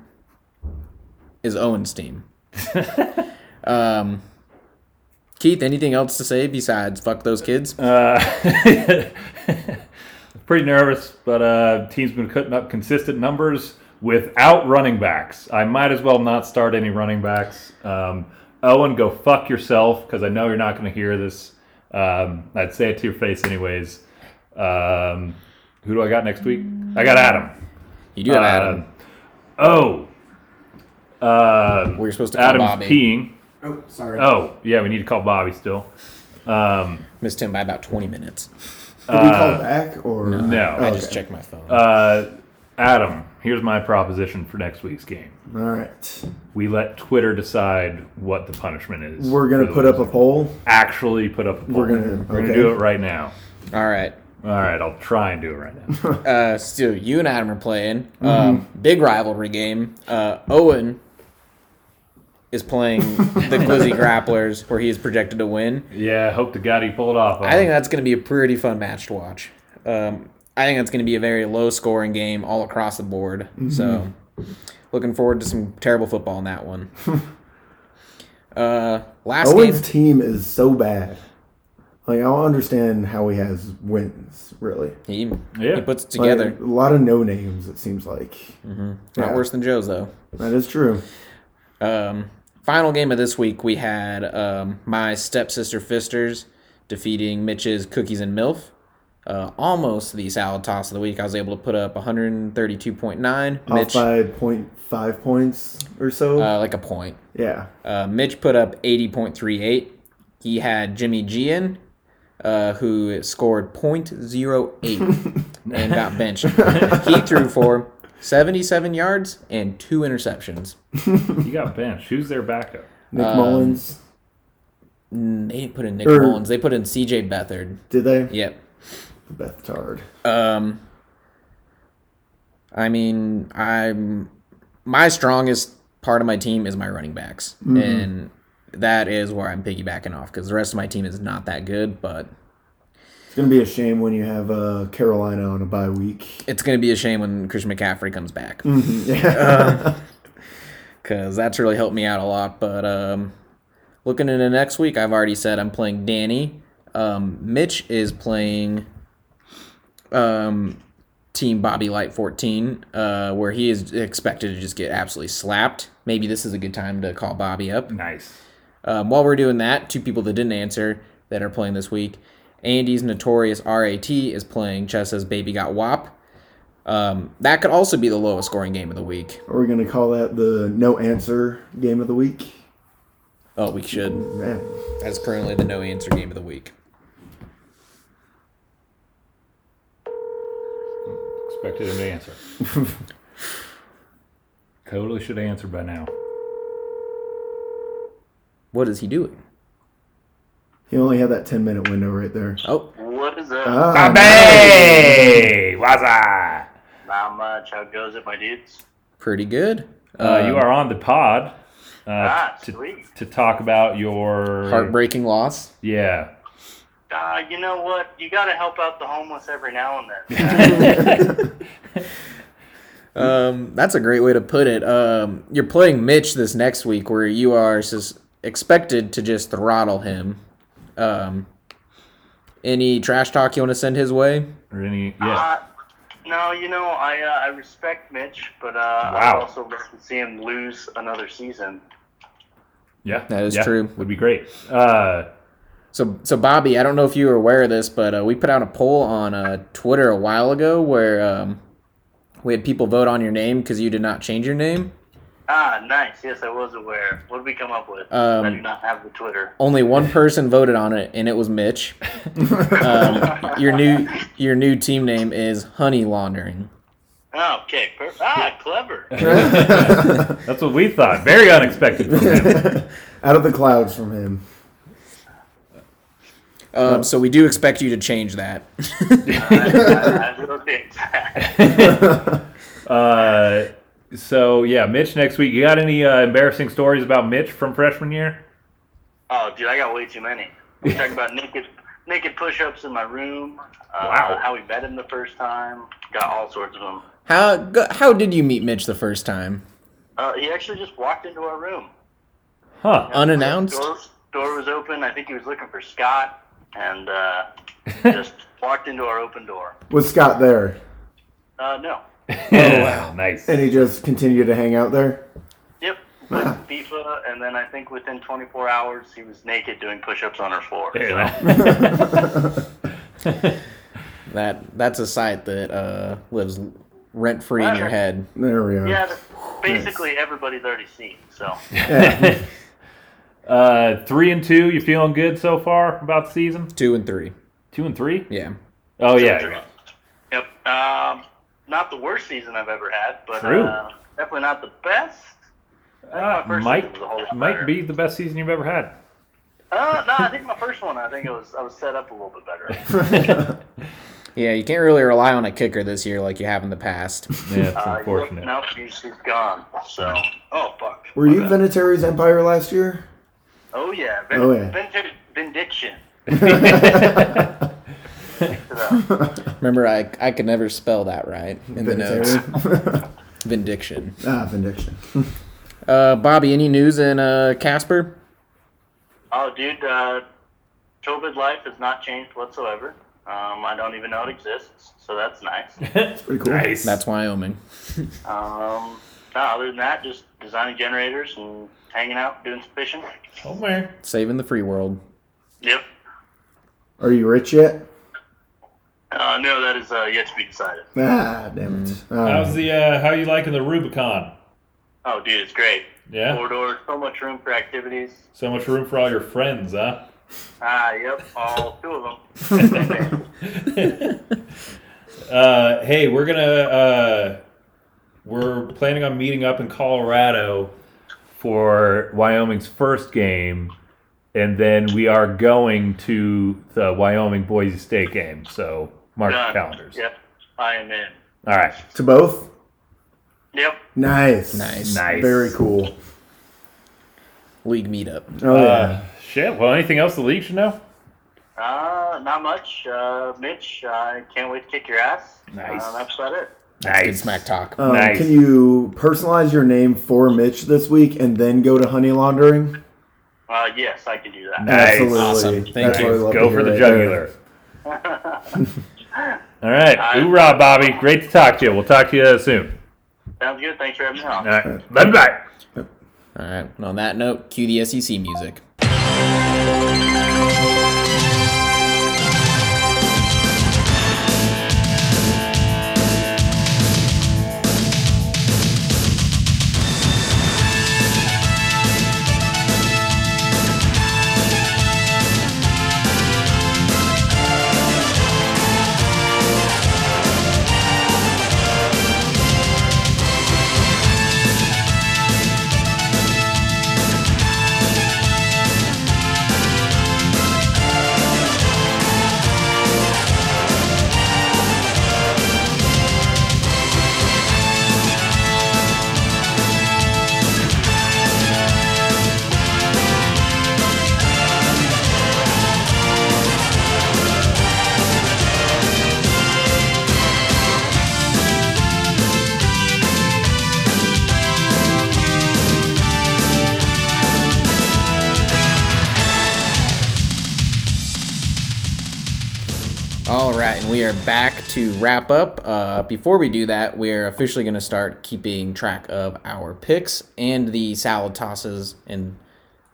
Speaker 2: is Owen's team. um, Keith, anything else to say besides fuck those kids?
Speaker 3: Uh, pretty nervous, but uh, team's been cutting up consistent numbers without running backs. I might as well not start any running backs. Um, Owen, go fuck yourself because I know you're not going to hear this. Um, I'd say it to your face, anyways. Um, who do I got next week? I got Adam.
Speaker 2: you do have Adam.
Speaker 3: Um, oh. Um,
Speaker 2: We're supposed to call
Speaker 3: Adam's
Speaker 2: Bobby.
Speaker 3: peeing.
Speaker 1: Oh, sorry.
Speaker 3: Oh, yeah, we need to call Bobby still. Um,
Speaker 2: Missed him by about 20 minutes.
Speaker 1: Did we call back or
Speaker 3: uh,
Speaker 1: Oh,
Speaker 3: no.
Speaker 2: I
Speaker 1: Okay.
Speaker 2: just checked my phone.
Speaker 3: uh, Adam, Here's my proposition for next week's game.
Speaker 1: All right.
Speaker 3: We let Twitter decide what the punishment is.
Speaker 1: We're going
Speaker 3: for
Speaker 1: to
Speaker 3: the
Speaker 1: put up a
Speaker 3: loser.
Speaker 1: poll.
Speaker 3: Actually, put up a poll.
Speaker 1: We're gonna- okay.
Speaker 3: do it right now.
Speaker 2: All right.
Speaker 3: All right, I'll try and do it right now.
Speaker 2: Uh, Stu, you and Adam are playing. Um,
Speaker 1: Mm-hmm.
Speaker 2: big rivalry game. Uh, Owen is playing the Glizzy Grapplers, where he is projected to win.
Speaker 3: yeah, hope to God he pulled off.
Speaker 2: I think that's going to be a pretty fun match to watch. Um, I think that's going to be a very low scoring game all across the board.
Speaker 1: Mm-hmm.
Speaker 2: So, looking forward to some terrible football in that one. uh, last
Speaker 1: Owen's
Speaker 2: game.
Speaker 1: team is so bad. Like I don't understand how he has wins. Really,
Speaker 2: He,
Speaker 3: Yeah.
Speaker 2: he puts it together. Mm.
Speaker 1: Like, a lot of no names. It seems like
Speaker 2: Not
Speaker 1: yeah.
Speaker 2: worse than Joe's, though.
Speaker 1: that is true.
Speaker 2: Um, final game of this week, we had um, my stepsister Fisters defeating Mitch's Cookies and MILF. Uh, almost the salad toss of the week. I was able to put up 132.9.
Speaker 1: Off
Speaker 2: Mitch,
Speaker 1: by point five points or so.
Speaker 2: uh, like a point.
Speaker 1: yeah,
Speaker 2: Uh, Mitch put up 80.38. He had Jimmy G in, uh, who scored 0.08 and got benched. he threw for 77 yards and two interceptions.
Speaker 3: you got benched. Who's their backup?
Speaker 1: Nick
Speaker 2: um,
Speaker 1: Mullins.
Speaker 2: Mm, They didn't put in Nick
Speaker 1: Er-
Speaker 2: Mullins. They put in C.J. Beathard.
Speaker 1: Did they?
Speaker 2: Yep.
Speaker 1: Beth Tard.
Speaker 2: Um, I mean, I'm my strongest part of my team is my running backs, and that is where I'm piggybacking off because the rest of my team is not that good. But
Speaker 1: It's gonna be a shame when you have uh, Carolina on a bye week.
Speaker 2: it's gonna be a shame when Christian McCaffrey comes back
Speaker 1: Yeah.
Speaker 2: because that's really helped me out a lot. But um, looking into next week, I've already said I'm playing Danny. Um, Mitch is playing um, Team Bobby Light 14, uh, where he is expected to just get absolutely slapped. Maybe this is a good time to call Bobby up.
Speaker 3: Nice.
Speaker 2: Um, while we're doing that, two people that didn't answer that are playing this week. Andy's notorious RAT is playing Chessa's Baby Got Wop. Um, that could also be the lowest scoring game of the week.
Speaker 1: Are we gonna call that the no answer game of the week?
Speaker 2: Oh, we should.
Speaker 1: Yeah.
Speaker 2: That's currently the no answer game of the week.
Speaker 3: Expected him to answer. totally should have answered by now.
Speaker 2: What is he doing?
Speaker 1: He only had that ten minute window right there.
Speaker 2: Oh,
Speaker 10: What is that?
Speaker 1: Ah,
Speaker 3: Hey, Waza.
Speaker 10: Not much. How goes it, my dudes?
Speaker 2: pretty good.
Speaker 3: Uh,
Speaker 2: Um,
Speaker 3: you are on the pod uh,
Speaker 10: Ah,
Speaker 3: to,
Speaker 10: sweet.
Speaker 3: to talk about your
Speaker 2: heartbreaking loss.
Speaker 3: Yeah,
Speaker 10: Uh, you know what? You gotta help out the homeless every now and then.
Speaker 2: Um, that's a great way to put it. Um, you're playing Mitch this next week, where you are sus- expected to just throttle him. Um, any trash talk you want to send his way?
Speaker 3: or any yeah.
Speaker 10: Uh, no, you know, I uh, I respect Mitch, but uh,
Speaker 3: Wow.
Speaker 10: I also love to see him lose another season.
Speaker 3: Yeah,
Speaker 2: That is
Speaker 3: yeah,
Speaker 2: true.
Speaker 3: Would be great. Uh,
Speaker 2: So, so Bobby, I don't know if you were aware of this, but uh, we put out a poll on uh, Twitter a while ago where um, we had people vote on your name because you did not change your name.
Speaker 10: Ah, nice. Yes, I was aware. What did we come up with?
Speaker 2: Um,
Speaker 10: I do not have the Twitter.
Speaker 2: Only one person voted on it, and it was Mitch. um, your new your new team name is Honey Laundering.
Speaker 10: Oh, okay. Per- ah, clever.
Speaker 3: that's what we thought. Very unexpected from him.
Speaker 1: out of the clouds from him.
Speaker 2: Um, so we do expect you to change that.
Speaker 10: I, I will take that.
Speaker 3: Uh, so yeah, Mitch next week. You got any uh, embarrassing stories about Mitch from freshman year?
Speaker 10: Oh, dude, I got way too many. We talked about naked naked push-ups in my room. Uh,
Speaker 3: Wow.
Speaker 10: How we met him the first time. Got all sorts of them.
Speaker 2: how go, how did you meet Mitch the first time?
Speaker 10: Uh, he actually just walked into our room.
Speaker 3: Huh?
Speaker 2: Unannounced.
Speaker 10: Door, door was open. I think he was looking for Scott, and uh, just walked into our open door.
Speaker 1: Was Scott there?
Speaker 10: Uh, no.
Speaker 3: Oh, wow, nice.
Speaker 1: And he just continued to hang out there.
Speaker 10: Yep. Played FIFA, and then I think within 24 hours he was naked doing push-ups on our floor.
Speaker 3: There you
Speaker 10: So,
Speaker 3: go.
Speaker 2: That that's a site that uh, lives rent free in your head.
Speaker 1: There we are.
Speaker 10: yeah, that's basically everybody's already seen. So
Speaker 3: Uh, three and two. You feeling good so far about the season?
Speaker 2: Two and three.
Speaker 3: Two and three.
Speaker 2: Yeah.
Speaker 3: Oh yeah.
Speaker 10: Yep. Um, not the worst season I've ever had, but
Speaker 3: True.
Speaker 10: uh, definitely not the best.
Speaker 3: Uh,
Speaker 10: first
Speaker 3: might
Speaker 10: season was a whole lot
Speaker 3: might
Speaker 10: better.
Speaker 3: be the best season you've ever had.
Speaker 10: Uh, no, I think my first one. I think it was I was set up a little bit better. Uh,
Speaker 2: Yeah, you can't really rely on a kicker this year like you have in the past.
Speaker 3: Yeah, it's
Speaker 10: Uh, you look-
Speaker 3: unfortunate.
Speaker 10: no, he's, he's gone. So, oh fuck.
Speaker 1: Were you Venetary's Empire last year?
Speaker 10: Oh yeah. Vin-
Speaker 1: Oh, yeah.
Speaker 10: Vin- Vindiction.
Speaker 2: Remember, I I could never spell that right in the notes.
Speaker 1: Vinatieri?
Speaker 2: Vindiction.
Speaker 1: ah, Vindiction.
Speaker 2: Uh, Bobby, any news in uh, Casper?
Speaker 10: Oh, dude, uh, COVID life has not changed whatsoever. Um, I don't even know it exists, so that's nice.
Speaker 1: Pretty cool.
Speaker 2: That's Wyoming.
Speaker 10: Um, no, other than that, just designing generators and hanging out, doing some fishing.
Speaker 3: Oh man.
Speaker 2: Saving the free world.
Speaker 10: Yep.
Speaker 1: Are you rich yet?
Speaker 10: Uh, no, that is uh, yet to be decided.
Speaker 1: Ah, damn it. Um,
Speaker 3: How's the uh, how you liking the Rubicon?
Speaker 10: Oh, dude, it's great.
Speaker 3: Yeah.
Speaker 10: Four doors, so much room for activities.
Speaker 3: So much room for all your friends, huh?
Speaker 10: Ah, yep, all two of them.
Speaker 3: Uh, hey, we're gonna uh, we're planning on meeting up in Colorado for Wyoming's first game, and then we are going to the Wyoming Boise State game. So mark your
Speaker 10: Done.
Speaker 3: calendars.
Speaker 10: Yep, I am in.
Speaker 3: All right.
Speaker 1: to both?
Speaker 10: Yep.
Speaker 1: Nice.
Speaker 2: Nice.
Speaker 3: Nice.
Speaker 1: Very cool.
Speaker 2: League meetup.
Speaker 1: Oh, yeah.
Speaker 3: Uh, shit. Well, anything else the league should know?
Speaker 10: Uh, not much. Uh, Mitch, I can't wait to kick your ass.
Speaker 3: Nice.
Speaker 10: Uh, that's about it.
Speaker 2: Good smack talk.
Speaker 1: Um,
Speaker 3: nice.
Speaker 1: Can you personalize your name for Mitch this week and then go to honey laundering?
Speaker 10: Uh, yes, I can do that.
Speaker 3: Nice.
Speaker 1: Absolutely.
Speaker 2: Awesome. Thank
Speaker 1: That's
Speaker 2: you.
Speaker 1: what I love to
Speaker 3: Go
Speaker 1: hear
Speaker 3: for the
Speaker 1: right
Speaker 3: jugular. All right. Hoorah, Bobby. Great to talk to you. We'll talk to you soon.
Speaker 10: Sounds good. Thanks for having me on.
Speaker 3: All right. Bye bye.
Speaker 2: All right. and on that note, cue the SEC music. All right, and we are back to wrap up. Uh, before we do that, we're officially going to start keeping track of our picks and the salad tosses and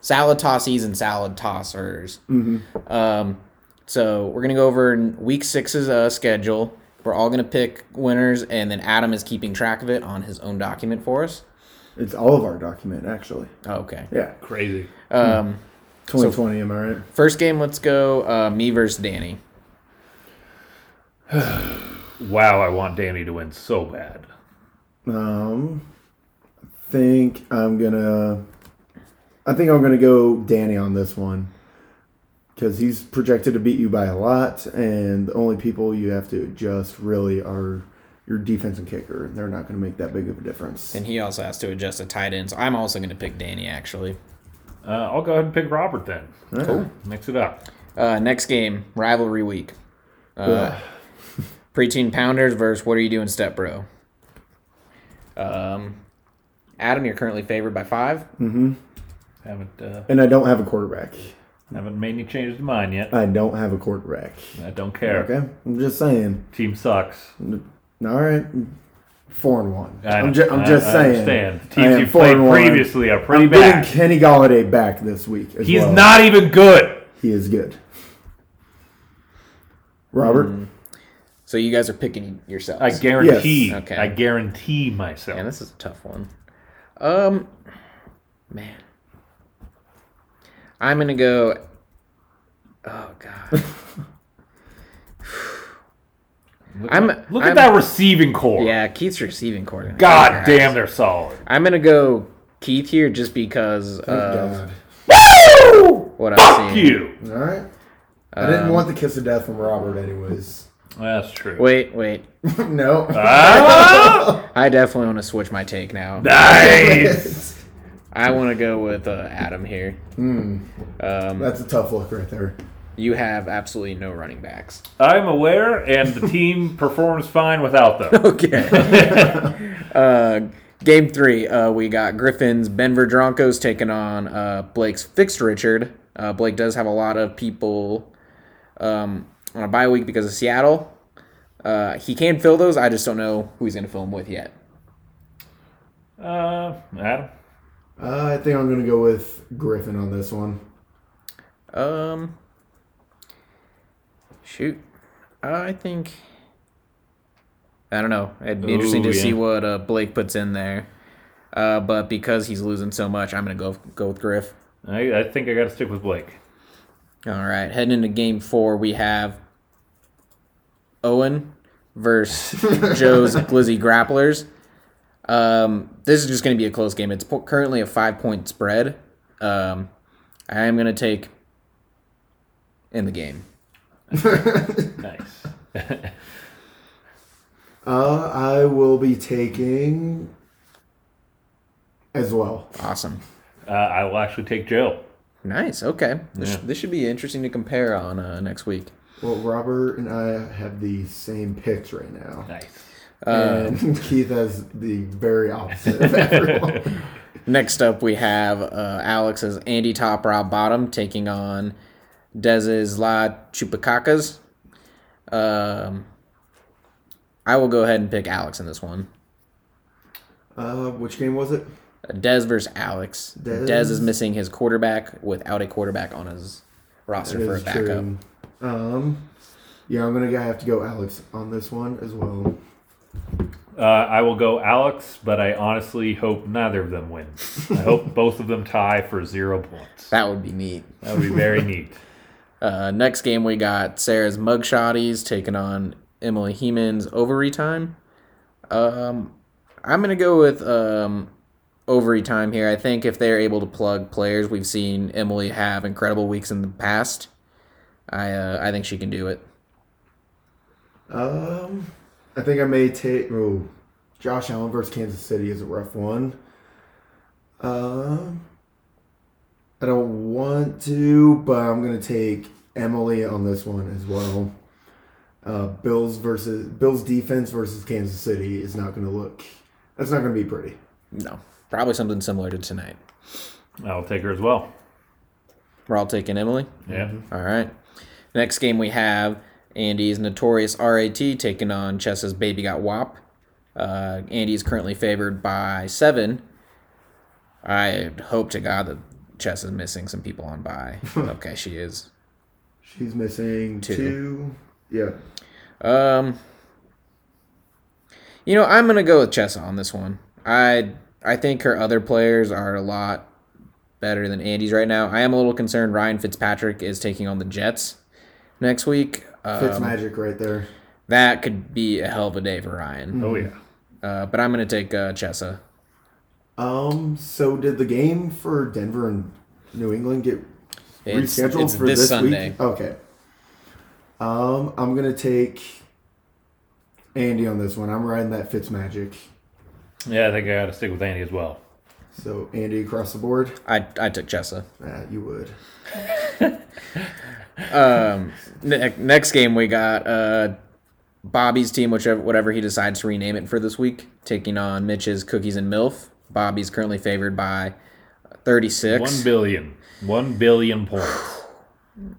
Speaker 2: salad tossies and salad tossers. Um, so we're going to go over n- week six's uh, schedule. We're all going to pick winners, and then Adam is keeping track of it on his own document for us. Oh,
Speaker 1: there. It's all of our document, actually.
Speaker 2: Okay.
Speaker 1: Yeah.
Speaker 3: Crazy.
Speaker 2: Um,
Speaker 1: 2020, am I right?
Speaker 2: first game, let's go uh, me versus Danny.
Speaker 3: Wow, I want Danny to win so bad.
Speaker 1: Um, I think I'm gonna. I think I'm gonna go Danny on this one because he's projected to beat you by a lot, and the only people you have to adjust really are your defense and kicker. They're not gonna make that big of a difference.
Speaker 2: And he also has to adjust a tight end, so I'm also going to pick Danny, actually.
Speaker 3: Uh, I'll go ahead and pick Robert then.
Speaker 1: Cool.
Speaker 3: Mix it up.
Speaker 2: Uh, next game, rivalry week. Uh, preteen Pounders versus What Are You Doing, Step Bro? Um, Adam, you're currently favored by five.
Speaker 3: Haven't uh,
Speaker 1: And I don't have a quarterback.
Speaker 3: haven't made any changes to mine yet.
Speaker 1: I don't have a quarterback.
Speaker 3: I don't care.
Speaker 1: Okay, I'm just saying.
Speaker 3: Team sucks.
Speaker 1: All right, four and one.
Speaker 3: I
Speaker 1: I'm, ju-
Speaker 3: I-
Speaker 1: I'm just
Speaker 3: I
Speaker 1: saying.
Speaker 3: Understand.
Speaker 1: I
Speaker 3: Teams
Speaker 1: am
Speaker 3: you
Speaker 1: four
Speaker 3: played
Speaker 1: and one.
Speaker 3: previously are pretty
Speaker 1: I'm bringing
Speaker 3: bad.
Speaker 1: Kenny Galladay back this week. as
Speaker 3: He's
Speaker 1: well.
Speaker 3: not even good.
Speaker 1: He is good. Robert,
Speaker 2: So you guys are picking yourselves.
Speaker 3: I guarantee.
Speaker 1: Yes.
Speaker 2: Okay.
Speaker 3: I guarantee myself.
Speaker 2: Man, this is a tough one. Um, man, I'm gonna go. Oh God.
Speaker 3: Look
Speaker 2: I'm-
Speaker 3: at, look
Speaker 2: I'm-
Speaker 3: at that receiving core.
Speaker 2: Yeah, Keith's receiving core.
Speaker 3: God damn, they're solid.
Speaker 2: I'm gonna go Keith here just because
Speaker 1: Oh,
Speaker 2: of
Speaker 1: God.
Speaker 2: what I'm
Speaker 3: Fuck
Speaker 2: seeing.
Speaker 3: you.
Speaker 1: All right. I didn't want the kiss of death from Robert, anyways.
Speaker 3: That's true.
Speaker 2: Wait, wait.
Speaker 1: no.
Speaker 3: Ah!
Speaker 2: I definitely want to switch my take now.
Speaker 3: Nice.
Speaker 2: I want to go with uh, Adam here. Um,
Speaker 1: That's a tough look right there.
Speaker 2: you have absolutely no running backs.
Speaker 3: I'm aware, and the team performs fine without them.
Speaker 2: Okay. uh, game three, uh, we got Griffin's Denver Broncos taking on uh, Blake's fixed Richard. Uh, Blake does have a lot of people um, on a bye week because of Seattle. Uh, he can fill those. I just don't know who he's going to fill them with yet.
Speaker 3: Uh, Adam.
Speaker 1: Uh, I think I'm going to go with Griffin on this one.
Speaker 2: Um, shoot, I think I don't know. It'd be interesting
Speaker 3: Ooh,
Speaker 2: to see
Speaker 3: yeah.
Speaker 2: what uh, Blake puts in there. Uh, but because he's losing so much, I'm gonna go go with Griff.
Speaker 3: I, I think I got to stick with Blake.
Speaker 2: All right, heading into game four, we have Owen versus Joe's Glizzy Grapplers. Um, this is just going to be a close game. It's po- currently a five point spread. Um, I am going to take in the game.
Speaker 3: Nice.
Speaker 1: Uh, I will be taking as well.
Speaker 2: Awesome.
Speaker 3: Uh, I will actually take Joe.
Speaker 2: Nice. Okay. This, sh- this should be interesting to compare on uh, next week.
Speaker 1: Well, Robert and I have the same picks right now.
Speaker 3: Nice.
Speaker 1: and Keith has the very opposite of everyone.
Speaker 2: Next up, we have uh, Alex's Andy Top Rob Bottom taking on Dez's La Chupacacas. Um, I will go ahead and pick Alex in this one.
Speaker 1: uh, which game was it?
Speaker 2: Dez versus Alex. Dez,
Speaker 1: Dez.
Speaker 2: is missing his quarterback without a quarterback on his roster for a
Speaker 1: It
Speaker 2: backup.
Speaker 1: Um, yeah, I'm gonna g- have to go Alex on this one as well.
Speaker 3: Uh, I will go Alex, but I honestly hope neither of them win. I hope both of them tie for zero points.
Speaker 2: That would be neat.
Speaker 3: That would be very neat.
Speaker 2: Uh, next game, we got Sarah's Mugshotties taking on Emily Heeman's Ovary Time. Um, I'm going to go with um, Ovary Time here. I think if they're able to plug players, we've seen Emily have incredible weeks in the past. I uh, I think she can do it.
Speaker 1: Um, I think I may take oh, Josh Allen versus Kansas City is a rough one. Um, I don't want to, but I'm gonna take Emily on this one as well. Uh, Bills versus Bills defense versus Kansas City is not gonna look. That's not gonna be pretty.
Speaker 2: No, probably something similar to tonight.
Speaker 3: I'll take her as well.
Speaker 2: We're all taking Emily.
Speaker 3: Yeah.
Speaker 2: All right. Next game we have Andy's Notorious RAT taking on Chess's Baby Got Wop. Uh, Andy's currently favored by seven. I hope to God that Chess is missing some people on by. okay, she is.
Speaker 1: She's missing
Speaker 2: Two.
Speaker 1: two. Yeah.
Speaker 2: Um, you know, I'm gonna go with Chessa on this one. I I think her other players are a lot better than Andy's right now. I am a little concerned. Ryan Fitzpatrick is taking on the Jets next week.
Speaker 1: Fits
Speaker 2: Um,
Speaker 1: magic right there.
Speaker 2: That could be a hell of a day for Ryan.
Speaker 3: Oh yeah.
Speaker 2: Uh, but I'm going to take uh, Chessa.
Speaker 1: Um. So did the game for Denver and New England get
Speaker 2: It's,
Speaker 1: rescheduled
Speaker 2: it's
Speaker 1: for
Speaker 2: this,
Speaker 1: this,
Speaker 2: Sunday.
Speaker 1: week? Okay. Um. I'm gonna take Andy on this one. I'm riding that Fitz magic.
Speaker 3: Yeah, I think I got to stick with Andy as well.
Speaker 1: So Andy across the board.
Speaker 2: I, I took Chessa.
Speaker 1: Ah, you would.
Speaker 2: Ne- next game, we got uh, Bobby's team, whichever whatever he decides to rename it for this week, taking on Mitch's Cookies and MILF. Bobby's currently favored by 36.
Speaker 3: One billion. One billion points.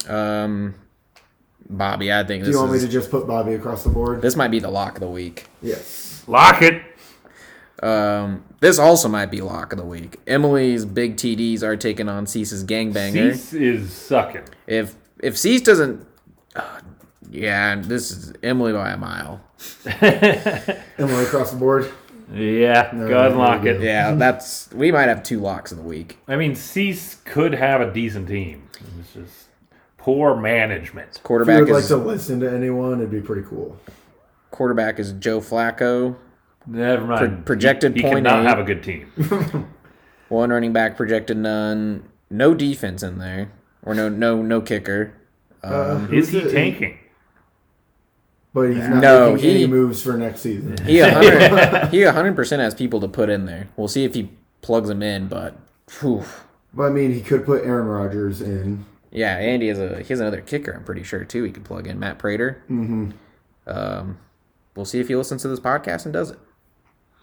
Speaker 2: um, Bobby, I think
Speaker 1: Do
Speaker 2: this
Speaker 1: you want me
Speaker 2: is,
Speaker 1: to just put Bobby across the board?
Speaker 2: this might be the lock of the week.
Speaker 1: Yes.
Speaker 3: Lock it.
Speaker 2: Um, this also might be lock of the week. Emily's big TDs are taking on Cease's gangbanger.
Speaker 3: Cease is sucking.
Speaker 2: If if Cease doesn't, uh, yeah, this is Emily by a mile.
Speaker 1: Emily across the board.
Speaker 3: Yeah, go ahead and lock it.
Speaker 2: Yeah, that's we might have two locks in the week.
Speaker 3: I mean, Cease could have a decent team. It's just poor management.
Speaker 1: If you
Speaker 2: Quarterback
Speaker 1: would like
Speaker 2: is
Speaker 1: to listen to anyone, it'd be pretty cool.
Speaker 2: Quarterback is Joe Flacco.
Speaker 3: Never mind.
Speaker 2: projected
Speaker 3: he, he
Speaker 2: point
Speaker 3: cannot
Speaker 2: eight.
Speaker 3: have a good team.
Speaker 2: One running back projected none. No defense in there, or no no no kicker. Um,
Speaker 1: Uh,
Speaker 3: Is
Speaker 1: who's
Speaker 3: he
Speaker 1: the-
Speaker 3: tanking?
Speaker 1: But he's not
Speaker 2: No,
Speaker 1: making any
Speaker 2: he-
Speaker 1: moves for next season.
Speaker 2: He a hundred he a hundred percent has people to put in there. We'll see if he plugs them in, but whew.
Speaker 1: But I mean, he could put Aaron Rodgers in.
Speaker 2: yeah, Andy has a he has another kicker. I'm pretty sure too. He could plug in Matt Prater.
Speaker 1: hmm
Speaker 2: Um, we'll see if he listens to this podcast and does it.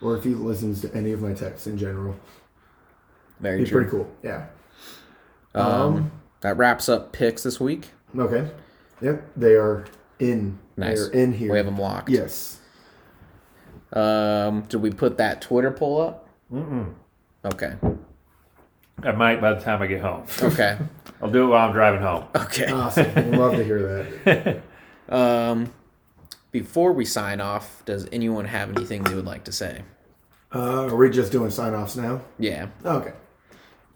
Speaker 1: Or if he listens to any of my texts in general.
Speaker 2: Very
Speaker 1: He's
Speaker 2: true.
Speaker 1: pretty cool. Yeah.
Speaker 2: Um, that wraps up picks this week.
Speaker 1: Okay. Yep. They are in.
Speaker 2: Nice.
Speaker 1: They are in here.
Speaker 2: We have them locked.
Speaker 1: Yes.
Speaker 2: Um, did we put that Twitter poll up? Mm-mm. Okay.
Speaker 3: I might by the time I get home.
Speaker 2: Okay.
Speaker 3: I'll do it while I'm driving home.
Speaker 2: okay.
Speaker 1: Awesome. We'd love to hear that.
Speaker 2: Um, before we sign off, does anyone have anything they would like to say?
Speaker 1: Uh, are we just doing sign offs now?
Speaker 2: Yeah.
Speaker 1: Okay.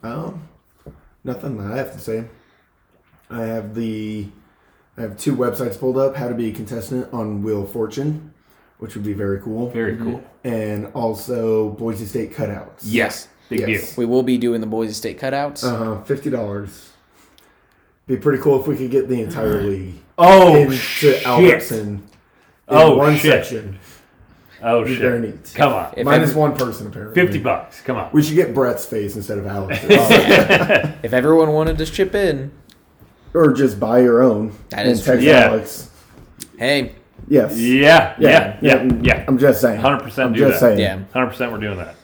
Speaker 1: Um, nothing that I have to say. I have the, I have two websites pulled up: how to be a contestant on Wheel of Fortune, which would be very cool,
Speaker 2: Mhm.
Speaker 3: Very cool.
Speaker 1: and also Boise State cutouts.
Speaker 3: Yes. Big
Speaker 1: Yes.
Speaker 2: We
Speaker 3: deal.
Speaker 2: will be doing the Boise State cutouts.
Speaker 1: Uh huh. Fifty dollars. Be pretty cool if we could get the entire league
Speaker 3: Oh,
Speaker 1: into
Speaker 3: shit.
Speaker 1: Albertson. In
Speaker 3: Oh,
Speaker 1: one
Speaker 3: shit.
Speaker 1: section.
Speaker 3: Oh,
Speaker 1: Be
Speaker 3: shit.
Speaker 1: very neat.
Speaker 3: Come on.
Speaker 2: If
Speaker 1: Minus
Speaker 2: every-
Speaker 1: one person apparently.
Speaker 3: 50 bucks. Come on.
Speaker 1: We should get Brett's face instead of Alex's. Oh.
Speaker 2: If everyone wanted to chip in,
Speaker 1: or just buy your own
Speaker 2: That
Speaker 1: and
Speaker 2: is true.
Speaker 1: text
Speaker 3: Yeah.
Speaker 1: Alex.
Speaker 2: hey,
Speaker 1: Yes.
Speaker 3: Yeah. Yeah. Yeah. Yeah.
Speaker 1: I'm just saying.
Speaker 3: 100%
Speaker 1: I'm
Speaker 3: do
Speaker 1: just
Speaker 3: that.
Speaker 1: saying.
Speaker 2: yeah,
Speaker 3: 100% we're doing that.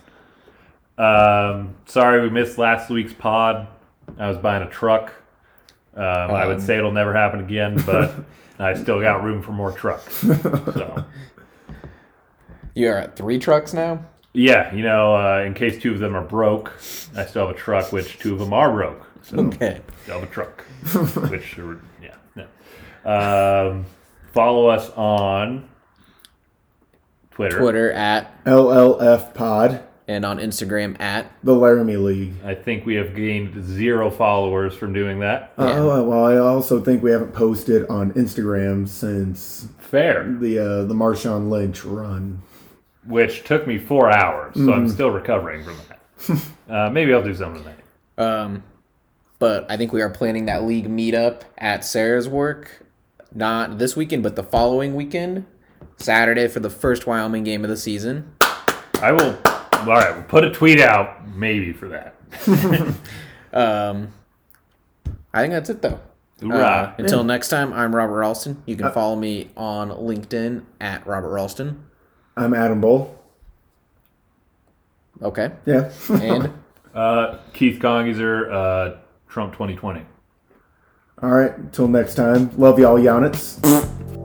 Speaker 3: Um, sorry we missed last week's pod. I was buying a truck. Um, I
Speaker 2: Um.
Speaker 3: would say it'll never happen again, but I still got room for more trucks. So,
Speaker 2: you are at three trucks now.
Speaker 3: yeah, you know, uh, in case two of them are broke, I still have a truck, which two of them are broke. So,
Speaker 2: Okay.
Speaker 3: still have a truck, which, are- yeah. no. Um, follow us on Twitter.
Speaker 2: Twitter at
Speaker 1: LLF Pod,
Speaker 2: and on Instagram at
Speaker 1: the Laramie League.
Speaker 3: I think we have gained zero followers from doing that.
Speaker 1: Uh, oh, well, I also think we haven't posted on Instagram since
Speaker 3: Fair.
Speaker 1: the uh, the Marshawn Lynch run.
Speaker 3: which took me four hours, so
Speaker 2: Mm-hmm.
Speaker 3: I'm still recovering from that. uh, maybe I'll do something tonight.
Speaker 2: um, but I think we are planning that league meetup at Sarah's work, not this weekend, but the following weekend, Saturday for the first Wyoming game of the season.
Speaker 3: I will. All right, we'll put a tweet out maybe for that.
Speaker 2: Um, I think that's it though. Uh,
Speaker 3: Hoorah.
Speaker 2: until next time, I'm Robert Ralston. You can follow me on LinkedIn at Robert Ralston.
Speaker 1: I'm Adam Bull.
Speaker 2: Okay.
Speaker 1: Yeah.
Speaker 2: And
Speaker 3: Uh, Keith Congizer, uh, Trump 2020.
Speaker 1: All right. Till next time. Love y'all, Yonits.